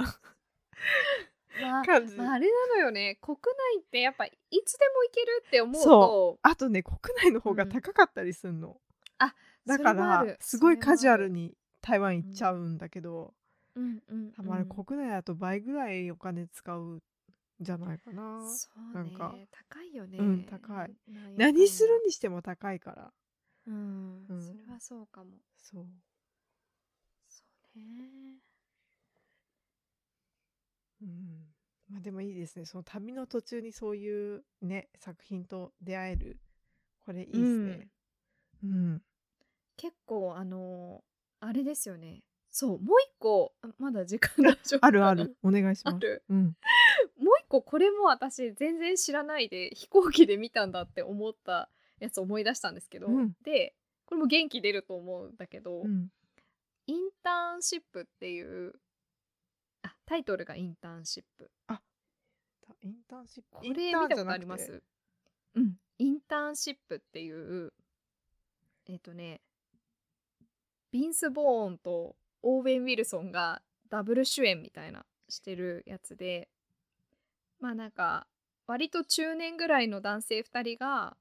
[SPEAKER 1] まあ
[SPEAKER 2] 感じ、
[SPEAKER 1] まあ、あれなのよね国内ってやっぱいつでも行けるって思うと
[SPEAKER 2] あとね国内の方が高かったりすんの、
[SPEAKER 1] あ
[SPEAKER 2] だか
[SPEAKER 1] それもあ
[SPEAKER 2] ら
[SPEAKER 1] る
[SPEAKER 2] すごいカジュアル
[SPEAKER 1] そ
[SPEAKER 2] に台湾行っちゃうんだけど、
[SPEAKER 1] うんうん
[SPEAKER 2] たま
[SPEAKER 1] う
[SPEAKER 2] に
[SPEAKER 1] ん
[SPEAKER 2] 国内だと倍ぐらいお金使うんじゃないかな、
[SPEAKER 1] そうね
[SPEAKER 2] なんか
[SPEAKER 1] 高いよね、
[SPEAKER 2] うん高い
[SPEAKER 1] なんやかんや
[SPEAKER 2] 何するにしても高いから
[SPEAKER 1] うん、
[SPEAKER 2] うん
[SPEAKER 1] それはそうかも
[SPEAKER 2] そう
[SPEAKER 1] そうね
[SPEAKER 2] うんまあでもいいですねその旅の途中にそういうね作品と出会えるこれいいですねうん、
[SPEAKER 1] 結構あのーあれですよねそうもう一個あまだ時間大丈夫
[SPEAKER 2] ある
[SPEAKER 1] か
[SPEAKER 2] あ
[SPEAKER 1] な
[SPEAKER 2] るお願いし
[SPEAKER 1] あ
[SPEAKER 2] ます
[SPEAKER 1] る
[SPEAKER 2] うん
[SPEAKER 1] もう一個これも私全然知らないで飛行機で見たんだって思ったやつ思い出したんですけど、
[SPEAKER 2] うん
[SPEAKER 1] でこれも元気出ると思うんだけど、
[SPEAKER 2] うん
[SPEAKER 1] インターンシップっていうあタイトルがインターンシップ
[SPEAKER 2] インターンシップ
[SPEAKER 1] これ見
[SPEAKER 2] インターン
[SPEAKER 1] た
[SPEAKER 2] じ
[SPEAKER 1] こと
[SPEAKER 2] ゃな
[SPEAKER 1] あ
[SPEAKER 2] くて
[SPEAKER 1] りますうんインターンシップっていうえっ、とねビンス・ボーンとオーウェン・ウィルソンがダブル主演みたいなしてるやつでまあなんか割と中年ぐらいの男性2人が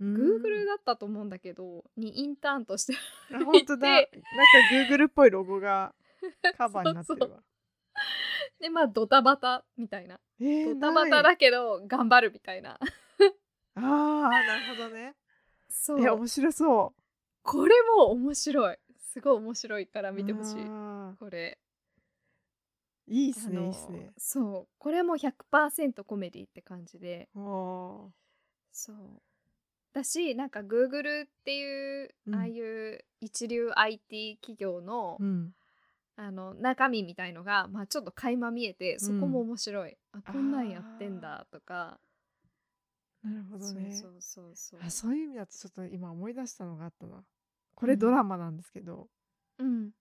[SPEAKER 2] うん
[SPEAKER 1] Google だったと思うんだけどにインターンとして
[SPEAKER 2] あ本当だなんか Google っぽいロゴがカバーになってるわ
[SPEAKER 1] でまあドタバタみたいな
[SPEAKER 2] えー
[SPEAKER 1] ドタバ
[SPEAKER 2] な
[SPEAKER 1] タ
[SPEAKER 2] い
[SPEAKER 1] だけど頑張るみたいな
[SPEAKER 2] あーなるほどね
[SPEAKER 1] そ
[SPEAKER 2] え
[SPEAKER 1] う
[SPEAKER 2] 面白そ
[SPEAKER 1] これも面白いすごい面白いから
[SPEAKER 2] う
[SPEAKER 1] 見てほしい
[SPEAKER 2] あ
[SPEAKER 1] これ
[SPEAKER 2] ーいいです
[SPEAKER 1] あ
[SPEAKER 2] ね
[SPEAKER 1] の
[SPEAKER 2] いいですね
[SPEAKER 1] そうこれも100%コメディって感じで
[SPEAKER 2] おー
[SPEAKER 1] そうだしなんか Google っていう、
[SPEAKER 2] うん
[SPEAKER 1] ああいう一流 IT 企業の,、
[SPEAKER 2] うん
[SPEAKER 1] あの中身みたいのが、まあ、ちょっと垣間見えてそこも面白い、あこんなんやってんだとか
[SPEAKER 2] なるほ
[SPEAKER 1] そう
[SPEAKER 2] ど
[SPEAKER 1] そう
[SPEAKER 2] ね
[SPEAKER 1] そうそう
[SPEAKER 2] あそういう意味だとちょっと今思い出したのがあったなこれドラマなんですけど、
[SPEAKER 1] うん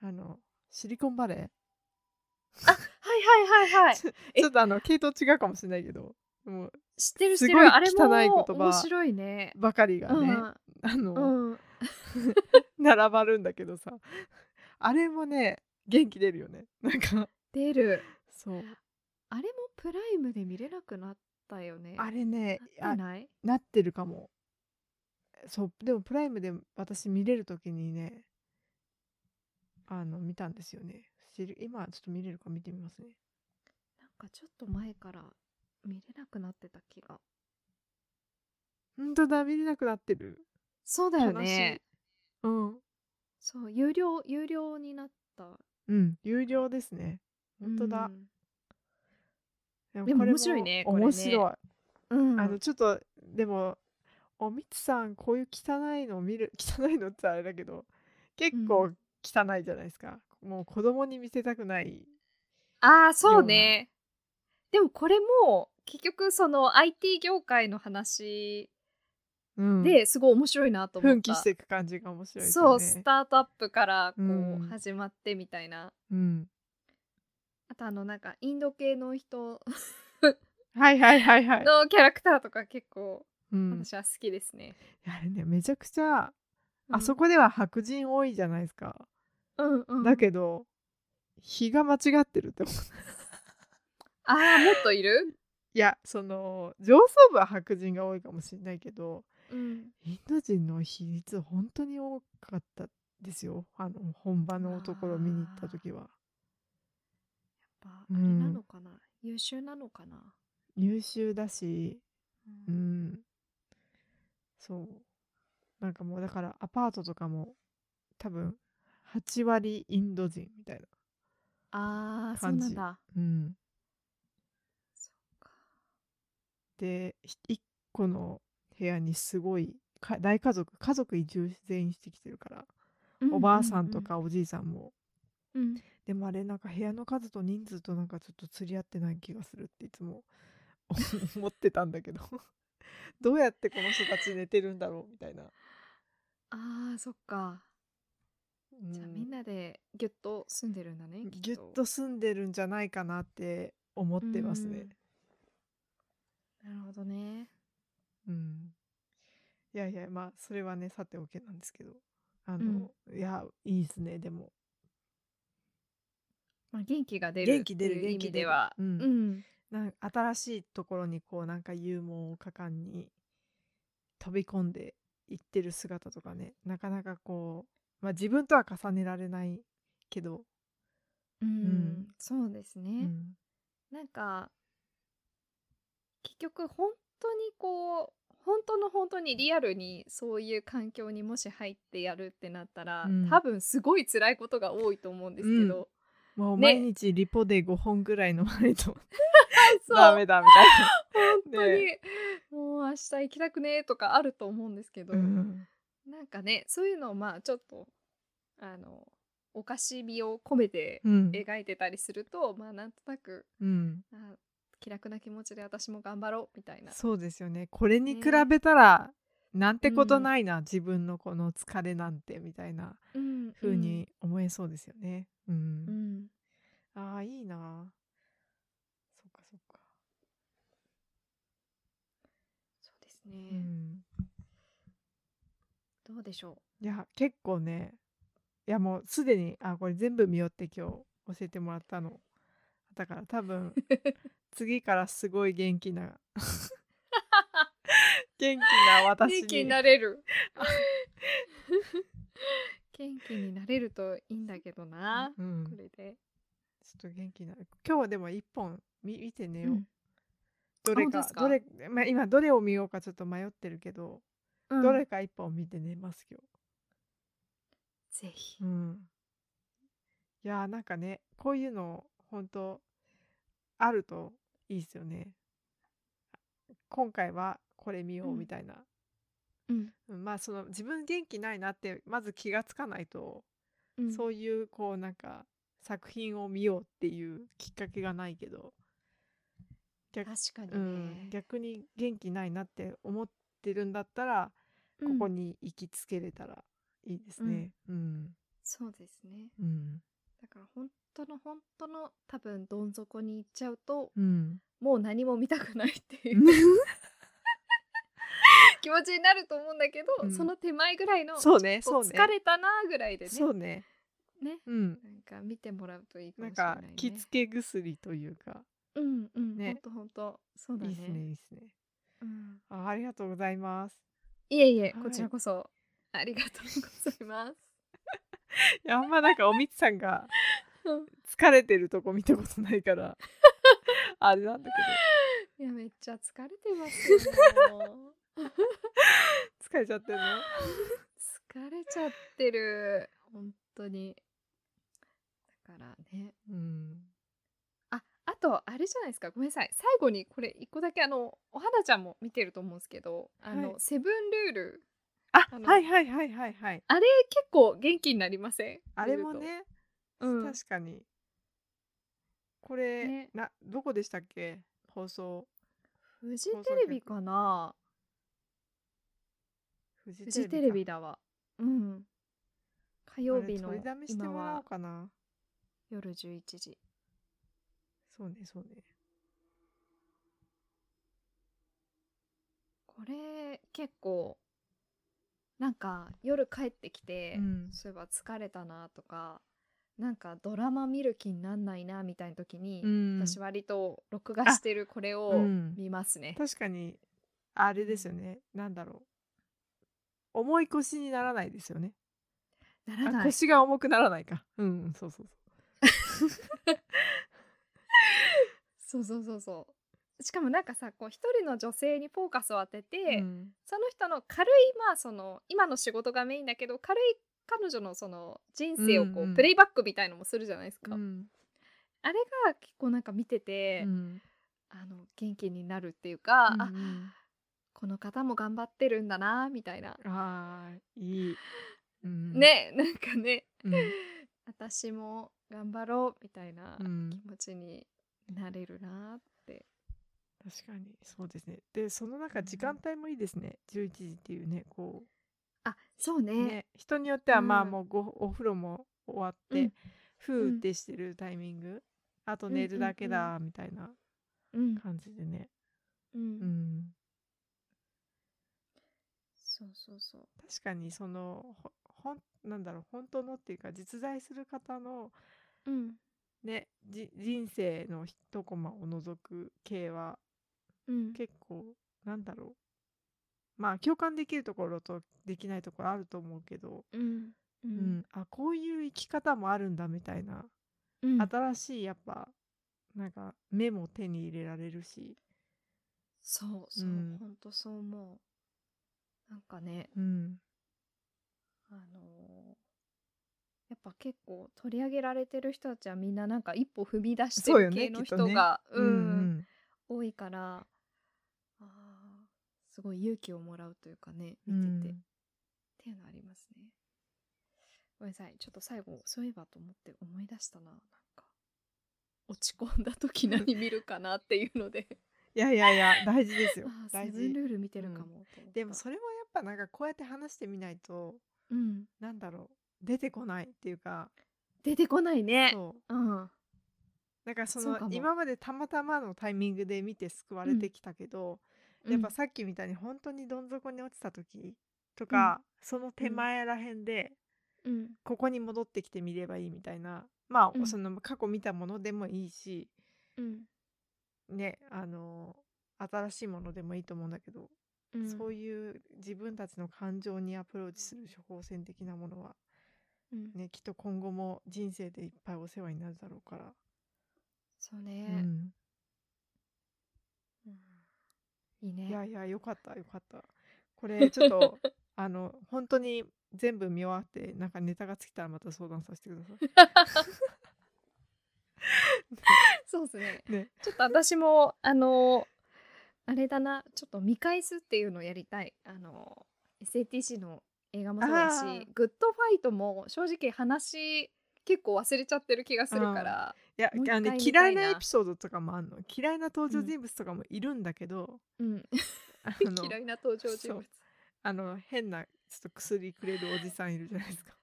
[SPEAKER 2] あのシリコンバレ
[SPEAKER 1] はいはいはいはい
[SPEAKER 2] ー
[SPEAKER 1] え
[SPEAKER 2] ちょっとあの系統違うかもしれないけどもう
[SPEAKER 1] 知ってる知
[SPEAKER 2] す
[SPEAKER 1] っ
[SPEAKER 2] ご
[SPEAKER 1] て
[SPEAKER 2] い
[SPEAKER 1] るあれも
[SPEAKER 2] 汚い言葉
[SPEAKER 1] 面白いね
[SPEAKER 2] ばかりがね、 あ
[SPEAKER 1] う
[SPEAKER 2] の、
[SPEAKER 1] ん、うん、
[SPEAKER 2] 並ばるんだけどさあれもね元気出るよね なんか
[SPEAKER 1] 出る
[SPEAKER 2] そう
[SPEAKER 1] あれもプライムで見れなくなったよね
[SPEAKER 2] あれね
[SPEAKER 1] なっ
[SPEAKER 2] あ
[SPEAKER 1] てない
[SPEAKER 2] なってるかもそうでもプライムで私見れる時にねあの見たんですよねシリ今ちょっと見れるか見てみますね
[SPEAKER 1] なんかちょっと前から見れなくなってた気が。
[SPEAKER 2] ほんとだ見れなくなってる
[SPEAKER 1] そうだよね。
[SPEAKER 2] うん
[SPEAKER 1] そう、有料、有料になった。
[SPEAKER 2] うん、有料ですね。本当だ。
[SPEAKER 1] でも
[SPEAKER 2] これ
[SPEAKER 1] 面白いねこれね
[SPEAKER 2] 面白い。
[SPEAKER 1] うん。うん。
[SPEAKER 2] あの、ちょっと、でも、おみつさん、こういう汚いのを見る、 汚いのってあれだけど、結構汚いじゃないですか。もう子供に見せたくない。
[SPEAKER 1] ああ、そうね。でもこれも、結局その IT 業界の話
[SPEAKER 2] うん、
[SPEAKER 1] ですごい面白いなと思った。
[SPEAKER 2] 奮起していく感じが面白いですよね。
[SPEAKER 1] そうスタートアップからこ
[SPEAKER 2] うん
[SPEAKER 1] う始まってみたいな、
[SPEAKER 2] うん、
[SPEAKER 1] あとあのなんかインド系の人
[SPEAKER 2] はいはいはいはい。
[SPEAKER 1] のキャラクターとか結構
[SPEAKER 2] うん、
[SPEAKER 1] 私は好きですね、
[SPEAKER 2] あれねめちゃくちゃ、
[SPEAKER 1] うん
[SPEAKER 2] あそこでは白人多いじゃないですか。
[SPEAKER 1] うんうん
[SPEAKER 2] だけど日が間違ってるって思う。
[SPEAKER 1] ああもっといる、
[SPEAKER 2] いやその上層部は白人が多いかもしれないけど
[SPEAKER 1] うん、
[SPEAKER 2] インド人の比率本当に多かったですよあの本場のところ見に行った時は
[SPEAKER 1] やっぱあ
[SPEAKER 2] う
[SPEAKER 1] れ
[SPEAKER 2] ん
[SPEAKER 1] なのかな、優秀なのかな、
[SPEAKER 2] 優秀だし
[SPEAKER 1] うん
[SPEAKER 2] うんそうなんかもうだからアパートとかも多分8割インド人みたいな
[SPEAKER 1] ああそう
[SPEAKER 2] 感じ
[SPEAKER 1] なんだ
[SPEAKER 2] うん
[SPEAKER 1] そっか
[SPEAKER 2] で1個の部屋にすごいか大家族家族移住全員してきてるから、おばあさんと、かおじいさんも
[SPEAKER 1] うんうんうん
[SPEAKER 2] でもあれなんか部屋の数と人数となんかちょっと釣り合ってない気がするっていつも思 ってたんだけど どうやってこの人たち寝てるんだろうみたいな、
[SPEAKER 1] うんあーそっか
[SPEAKER 2] うん
[SPEAKER 1] じゃあみんなでギュッと住んでるんだねき
[SPEAKER 2] ぎゅっと住んでるんじゃないかなって思ってますね。
[SPEAKER 1] なるほどね
[SPEAKER 2] うんいやいやまあそれはねさておきなんですけどあ
[SPEAKER 1] うん
[SPEAKER 2] の、いやいいですねでも
[SPEAKER 1] まあ元気が出る
[SPEAKER 2] 元気出る
[SPEAKER 1] っていう意
[SPEAKER 2] 元気
[SPEAKER 1] 味
[SPEAKER 2] 出る
[SPEAKER 1] では
[SPEAKER 2] う
[SPEAKER 1] うんん
[SPEAKER 2] なんか新しいところにこうなんか勇猛果敢に飛び込んでいってる姿とかねなかなかこう、まあ、自分とは重ねられないけど、
[SPEAKER 1] うん
[SPEAKER 2] ん
[SPEAKER 1] そうです
[SPEAKER 2] う
[SPEAKER 1] ね、
[SPEAKER 2] ん
[SPEAKER 1] なんか結局本当にこう本当の本当にリアルにそういう環境にもし入ってやるってなったら、
[SPEAKER 2] うん
[SPEAKER 1] 多分すごい辛いことが多いと思うんですけど、
[SPEAKER 2] もう
[SPEAKER 1] ね
[SPEAKER 2] 毎日リポで5本ぐらい飲ま ないと、
[SPEAKER 1] そう
[SPEAKER 2] ダメだみたい
[SPEAKER 1] 本当に、
[SPEAKER 2] ね
[SPEAKER 1] もう明日行きたくねーとかあると思うんですけど、
[SPEAKER 2] な、うん
[SPEAKER 1] なんかねそういうのをまあちょっとあのおかしみを込めて
[SPEAKER 2] うん
[SPEAKER 1] 描いてたりすると、まあなんとなく
[SPEAKER 2] うん、
[SPEAKER 1] あ気楽な気持ちで私も頑張ろうみたいな
[SPEAKER 2] そうですよねこれに
[SPEAKER 1] ね
[SPEAKER 2] 比べたら、なんてことないな、自分のこの疲れなんてみたいな
[SPEAKER 1] うん
[SPEAKER 2] 風に思えそうですよね。うん
[SPEAKER 1] うん
[SPEAKER 2] ああいいなそっかそっか、
[SPEAKER 1] そうです
[SPEAKER 2] う
[SPEAKER 1] ね、
[SPEAKER 2] ん、
[SPEAKER 1] どうでしょ
[SPEAKER 2] いや結構ねいやもうすでにあこれ全部見よって今日教えてもらったのだから多分 次からすごい元気な 元気な
[SPEAKER 1] う
[SPEAKER 2] 私に
[SPEAKER 1] 元気になれる 元気になれるといいんだけどな、
[SPEAKER 2] うん、ち
[SPEAKER 1] こ
[SPEAKER 2] ょ
[SPEAKER 1] れで、
[SPEAKER 2] っと元気になる今日はでも一本見見て寝よう、
[SPEAKER 1] うん
[SPEAKER 2] どれ
[SPEAKER 1] あ本当で
[SPEAKER 2] か
[SPEAKER 1] すか
[SPEAKER 2] どれ、まあ、今どれを見ようかちょっと迷ってるけど、
[SPEAKER 1] うん
[SPEAKER 2] どれか一本見て寝ます今日
[SPEAKER 1] ぜひ
[SPEAKER 2] うん、いやーなんかねこういうの本当あるといいですよね。今回はこれ見よう
[SPEAKER 1] うん
[SPEAKER 2] みたいな、
[SPEAKER 1] うん
[SPEAKER 2] うんまあその自分元気ないなってまず気がつかないと、
[SPEAKER 1] うん
[SPEAKER 2] そういうこうなんか作品を見ようっていうきっかけがないけど、逆
[SPEAKER 1] 確かに
[SPEAKER 2] うん
[SPEAKER 1] ね、、
[SPEAKER 2] 逆に元気ないなって思ってるんだったら、
[SPEAKER 1] うん
[SPEAKER 2] ここに行きつけれたらいいですね。うん、
[SPEAKER 1] そうですね
[SPEAKER 2] うん、
[SPEAKER 1] だから本当の本当の多分どん底に行っちゃうと
[SPEAKER 2] うん
[SPEAKER 1] もう何も見たくないっていう
[SPEAKER 2] う
[SPEAKER 1] 気持ちになると思うんだけど、
[SPEAKER 2] うん
[SPEAKER 1] その手前ぐらいの
[SPEAKER 2] んそうね、
[SPEAKER 1] ちょ
[SPEAKER 2] そ
[SPEAKER 1] っ
[SPEAKER 2] う
[SPEAKER 1] と
[SPEAKER 2] ね。
[SPEAKER 1] 疲れたなぐらいでね
[SPEAKER 2] そうね。
[SPEAKER 1] ね
[SPEAKER 2] うん。
[SPEAKER 1] なんか見てもらうといいかも
[SPEAKER 2] なん
[SPEAKER 1] しれない、
[SPEAKER 2] か
[SPEAKER 1] ね、、
[SPEAKER 2] 着付け薬というか、
[SPEAKER 1] うんうん、ほ
[SPEAKER 2] ね
[SPEAKER 1] んとほんとそうだ
[SPEAKER 2] い
[SPEAKER 1] ね
[SPEAKER 2] いですね、いいですね。
[SPEAKER 1] うん、
[SPEAKER 2] あありがとうござ います。
[SPEAKER 1] いえいえ
[SPEAKER 2] はい
[SPEAKER 1] こちらこそありがとうございます
[SPEAKER 2] いや、あんまなんか、おみつさんが
[SPEAKER 1] うん
[SPEAKER 2] 疲れてるとこ見たことない から、あれなんだ
[SPEAKER 1] いやめっちゃ疲れてますよもう
[SPEAKER 2] けど、疲れちゃってるの
[SPEAKER 1] 疲れちゃってる本当にだからね
[SPEAKER 2] うん。
[SPEAKER 1] ああとあれじゃないですかごめんなさい最後にこれ一個だけあのおはなちゃんも見てると思うんですけどあの、
[SPEAKER 2] はい
[SPEAKER 1] セブンルール
[SPEAKER 2] あ、
[SPEAKER 1] あの
[SPEAKER 2] はいはいはいはいはい。
[SPEAKER 1] あれ結構元気になりません
[SPEAKER 2] あれも
[SPEAKER 1] 見る
[SPEAKER 2] ね、
[SPEAKER 1] とうん
[SPEAKER 2] 確かに。これ、
[SPEAKER 1] ね
[SPEAKER 2] な、どこでしたっけ放送。
[SPEAKER 1] とフジテレビかな
[SPEAKER 2] フジ
[SPEAKER 1] フジテレビだわうん火曜日
[SPEAKER 2] あ
[SPEAKER 1] の
[SPEAKER 2] れ取りだめして
[SPEAKER 1] 今
[SPEAKER 2] もらお
[SPEAKER 1] は
[SPEAKER 2] うかな
[SPEAKER 1] 夜11時
[SPEAKER 2] そうねそうね
[SPEAKER 1] これ結構なんか夜帰ってきて、
[SPEAKER 2] うん
[SPEAKER 1] そういえば疲れたなとかなんかドラマ見る気になんないなみたいな時に、
[SPEAKER 2] うん
[SPEAKER 1] 私割と録画してるこれを
[SPEAKER 2] うん
[SPEAKER 1] 見ますね、
[SPEAKER 2] 確かにあれですよねなんだろう重い腰にならないですよね
[SPEAKER 1] なら
[SPEAKER 2] あ
[SPEAKER 1] ない
[SPEAKER 2] 腰が重くならないかうんそうそうそ
[SPEAKER 1] そうそうそうそうしかもなんかさこう一人の女性にフォーカスを当てて、
[SPEAKER 2] う、うん
[SPEAKER 1] その人の軽いまあその今の仕事がメインだけど軽い彼女のその人生をこう、
[SPEAKER 2] うんうん
[SPEAKER 1] プレイバックみたいのもするじゃないですか、
[SPEAKER 2] うん
[SPEAKER 1] あれが結構なんか見てて、
[SPEAKER 2] うん
[SPEAKER 1] あの元気になるっていうか、
[SPEAKER 2] うんう
[SPEAKER 1] あ
[SPEAKER 2] ん
[SPEAKER 1] この方も頑張ってるんだなみたいな、
[SPEAKER 2] あーいい、うん、
[SPEAKER 1] ねなんかね
[SPEAKER 2] うん、
[SPEAKER 1] 私も頑張ろうみたいな
[SPEAKER 2] うん
[SPEAKER 1] 気持ちになれるなって、
[SPEAKER 2] 確かにそうですねでその中
[SPEAKER 1] うん
[SPEAKER 2] 時間帯もいいですね11時っていうねこ
[SPEAKER 1] あそう
[SPEAKER 2] う
[SPEAKER 1] ね
[SPEAKER 2] ね人によってはまあ
[SPEAKER 1] うん
[SPEAKER 2] もうごお風呂も終わって、
[SPEAKER 1] うん
[SPEAKER 2] ふうってしてるタイミング、あと寝るだけだみたいな
[SPEAKER 1] うん、
[SPEAKER 2] 感じでね
[SPEAKER 1] うん
[SPEAKER 2] うん
[SPEAKER 1] そうそうそう
[SPEAKER 2] 確かにそのほほんなんだろう本当のっていうか実在する方の
[SPEAKER 1] うん
[SPEAKER 2] ねじ人生の一コマを除く系は
[SPEAKER 1] うん
[SPEAKER 2] 結構なんだろうまあ共感できるところとできないところあると思うけど、
[SPEAKER 1] うんう
[SPEAKER 2] うんん、あこういう生き方もあるんだみたいな、
[SPEAKER 1] うん
[SPEAKER 2] 新しいやっぱなんか目も手に入れられるし、
[SPEAKER 1] そうそう、
[SPEAKER 2] うん
[SPEAKER 1] ほんとそう思うなんかね
[SPEAKER 2] うん、
[SPEAKER 1] あのーやっぱ結構取り上げられてる人たちはみんななんか一歩踏み出して
[SPEAKER 2] そうよ
[SPEAKER 1] る
[SPEAKER 2] ね
[SPEAKER 1] 系の
[SPEAKER 2] きっと
[SPEAKER 1] 人
[SPEAKER 2] ね
[SPEAKER 1] がう、
[SPEAKER 2] うんん
[SPEAKER 1] 多いからあーすごい勇気をもらうというかね
[SPEAKER 2] う
[SPEAKER 1] 見
[SPEAKER 2] ん
[SPEAKER 1] てて、っていうのありますねごめんなさいちょっと最後そういえばと思って思い出したななんか落ち込んだ時何見るかなっていうので
[SPEAKER 2] いやいやいや大事 ですよ
[SPEAKER 1] あー
[SPEAKER 2] 大
[SPEAKER 1] セブン
[SPEAKER 2] 事
[SPEAKER 1] ルール見てるかもと思った、
[SPEAKER 2] でもそれもやっぱなんかこうやって話してみないと
[SPEAKER 1] うん
[SPEAKER 2] なんだろう出てこないっていうか
[SPEAKER 1] 出てこないね
[SPEAKER 2] そう
[SPEAKER 1] うん
[SPEAKER 2] なんかそ
[SPEAKER 1] そう
[SPEAKER 2] の
[SPEAKER 1] かも
[SPEAKER 2] 今までたまたまのタイミングで見て救われてきたけど、やっぱさっきみたいに本当にどん底に落ちた時とか、その手前らへんで
[SPEAKER 1] うん
[SPEAKER 2] ここに戻ってきてみればいいみたいなまあ、
[SPEAKER 1] うん
[SPEAKER 2] その過去見たものでもいいし
[SPEAKER 1] うん、
[SPEAKER 2] ねあの新しいものでもいいと思うんだけど、
[SPEAKER 1] うん、
[SPEAKER 2] そういう自分たちの感情にアプローチする処方箋的なものは、
[SPEAKER 1] うん
[SPEAKER 2] ね、きっと今後も人生でいっぱいお世話になるだろうから、
[SPEAKER 1] そう
[SPEAKER 2] う
[SPEAKER 1] ね、
[SPEAKER 2] ん、
[SPEAKER 1] いいね
[SPEAKER 2] いやいやよかったよかったこれちょっとあの本当に全部見終わってなんかネタが尽きたらまた相談させてください。
[SPEAKER 1] そうですね
[SPEAKER 2] ね、
[SPEAKER 1] ちょっと私もあのあれだなちょっと見返すっていうのをやりたいあの SATC の映画もそうだ
[SPEAKER 2] あ
[SPEAKER 1] し
[SPEAKER 2] ー
[SPEAKER 1] グッドファイトも正直話結構忘れちゃってる気がするから
[SPEAKER 2] いや
[SPEAKER 1] もう一
[SPEAKER 2] あのね
[SPEAKER 1] 回見た
[SPEAKER 2] 嫌
[SPEAKER 1] い
[SPEAKER 2] い
[SPEAKER 1] な
[SPEAKER 2] なエピソードとかもあんの嫌いな登場
[SPEAKER 1] うん
[SPEAKER 2] 人物とかもいるんだ けど、
[SPEAKER 1] うん
[SPEAKER 2] あの
[SPEAKER 1] 嫌いな登場人
[SPEAKER 2] そ
[SPEAKER 1] 物
[SPEAKER 2] うあの変なちょっと薬くれるおじさんいるじゃな いですか。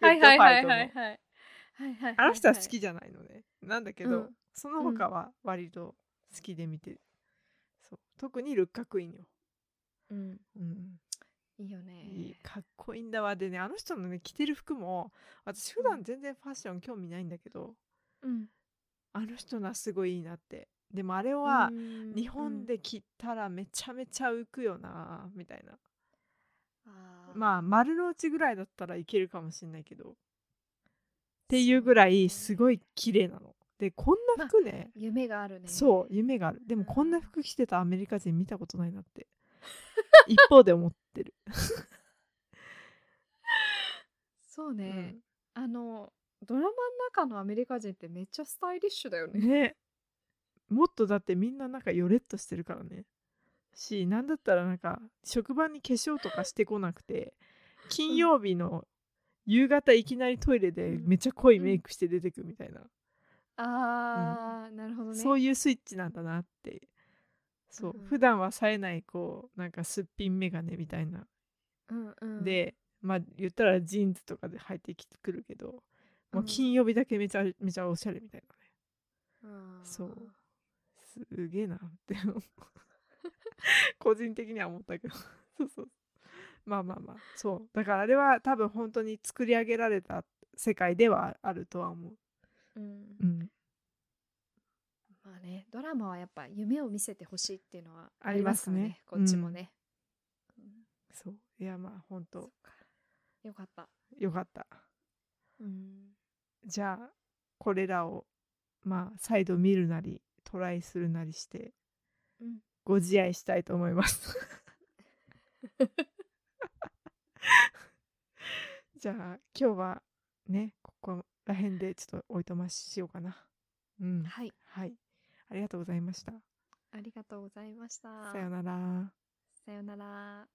[SPEAKER 1] はいはいはいはいはい
[SPEAKER 2] グッドファイトの
[SPEAKER 1] はいはいはい
[SPEAKER 2] あの人は好きじゃないのね。なんだけど、
[SPEAKER 1] うん
[SPEAKER 2] その他は割と好きで見てる。そう特にルッカクイーンよ。
[SPEAKER 1] うん
[SPEAKER 2] うん
[SPEAKER 1] いいよね
[SPEAKER 2] いいかっこいいんだわでねあの人のね着てる服も私普段全然ファッション興味ないんだけど、
[SPEAKER 1] うん
[SPEAKER 2] あの人のはすごいいいなってでもあれは
[SPEAKER 1] うん
[SPEAKER 2] 日本で着たらめちゃめちゃ浮くよなみたいな、
[SPEAKER 1] うんあ
[SPEAKER 2] まあ丸の内ぐらいだったらいけるかもしれないけどっていうぐらいすごい綺麗なのでこんな服ね、
[SPEAKER 1] ー夢があるね
[SPEAKER 2] そう夢があるでもこんな服着てたアメリカ人見たことないなって 一方で思ってる、
[SPEAKER 1] そうね、
[SPEAKER 2] うん
[SPEAKER 1] あのドラマの中のアメリカ人ってめっちゃスタイリッシュだよね。
[SPEAKER 2] ね もっとだってみんななんかよれっとしてるからねしなんだったらなんか職場に化粧とかしてこな くて金曜日の夕方いきなりトイレで
[SPEAKER 1] うん
[SPEAKER 2] めっちゃ濃いメイクして出てくみたいな、
[SPEAKER 1] あー、なるほどね。
[SPEAKER 2] そういうスイッチなんだなってそう、
[SPEAKER 1] うん
[SPEAKER 2] 普段は冴えないこうなんかすっぴん眼鏡みたいな、
[SPEAKER 1] うんうん、
[SPEAKER 2] でまあ言ったらジーンズとかで履いてきてくるけど、もううん金曜日だけめちゃめちゃおしゃれみたいなね
[SPEAKER 1] あー
[SPEAKER 2] そうすげえなって思う個人的には思ったけど そうそうまあまあまあそうだからあれは多分本当に作り上げられた世界ではあるとは思う、
[SPEAKER 1] うん
[SPEAKER 2] うん、
[SPEAKER 1] まあねドラマはやっぱ夢を見せてほしいっていうのは
[SPEAKER 2] ありますね
[SPEAKER 1] ありからこっちもね、うん
[SPEAKER 2] そういやまあ本
[SPEAKER 1] そ
[SPEAKER 2] 当
[SPEAKER 1] っかよかった、
[SPEAKER 2] よかった
[SPEAKER 1] うん、
[SPEAKER 2] じゃあこれらをまあ再度見るなりトライするなりして
[SPEAKER 1] うん
[SPEAKER 2] ご自愛したいと思います じゃあ今日はねここら辺でちょっとおいとまししようかなうん
[SPEAKER 1] はい
[SPEAKER 2] はいありがとうございました
[SPEAKER 1] ありがとうございました
[SPEAKER 2] さようなら
[SPEAKER 1] さよなら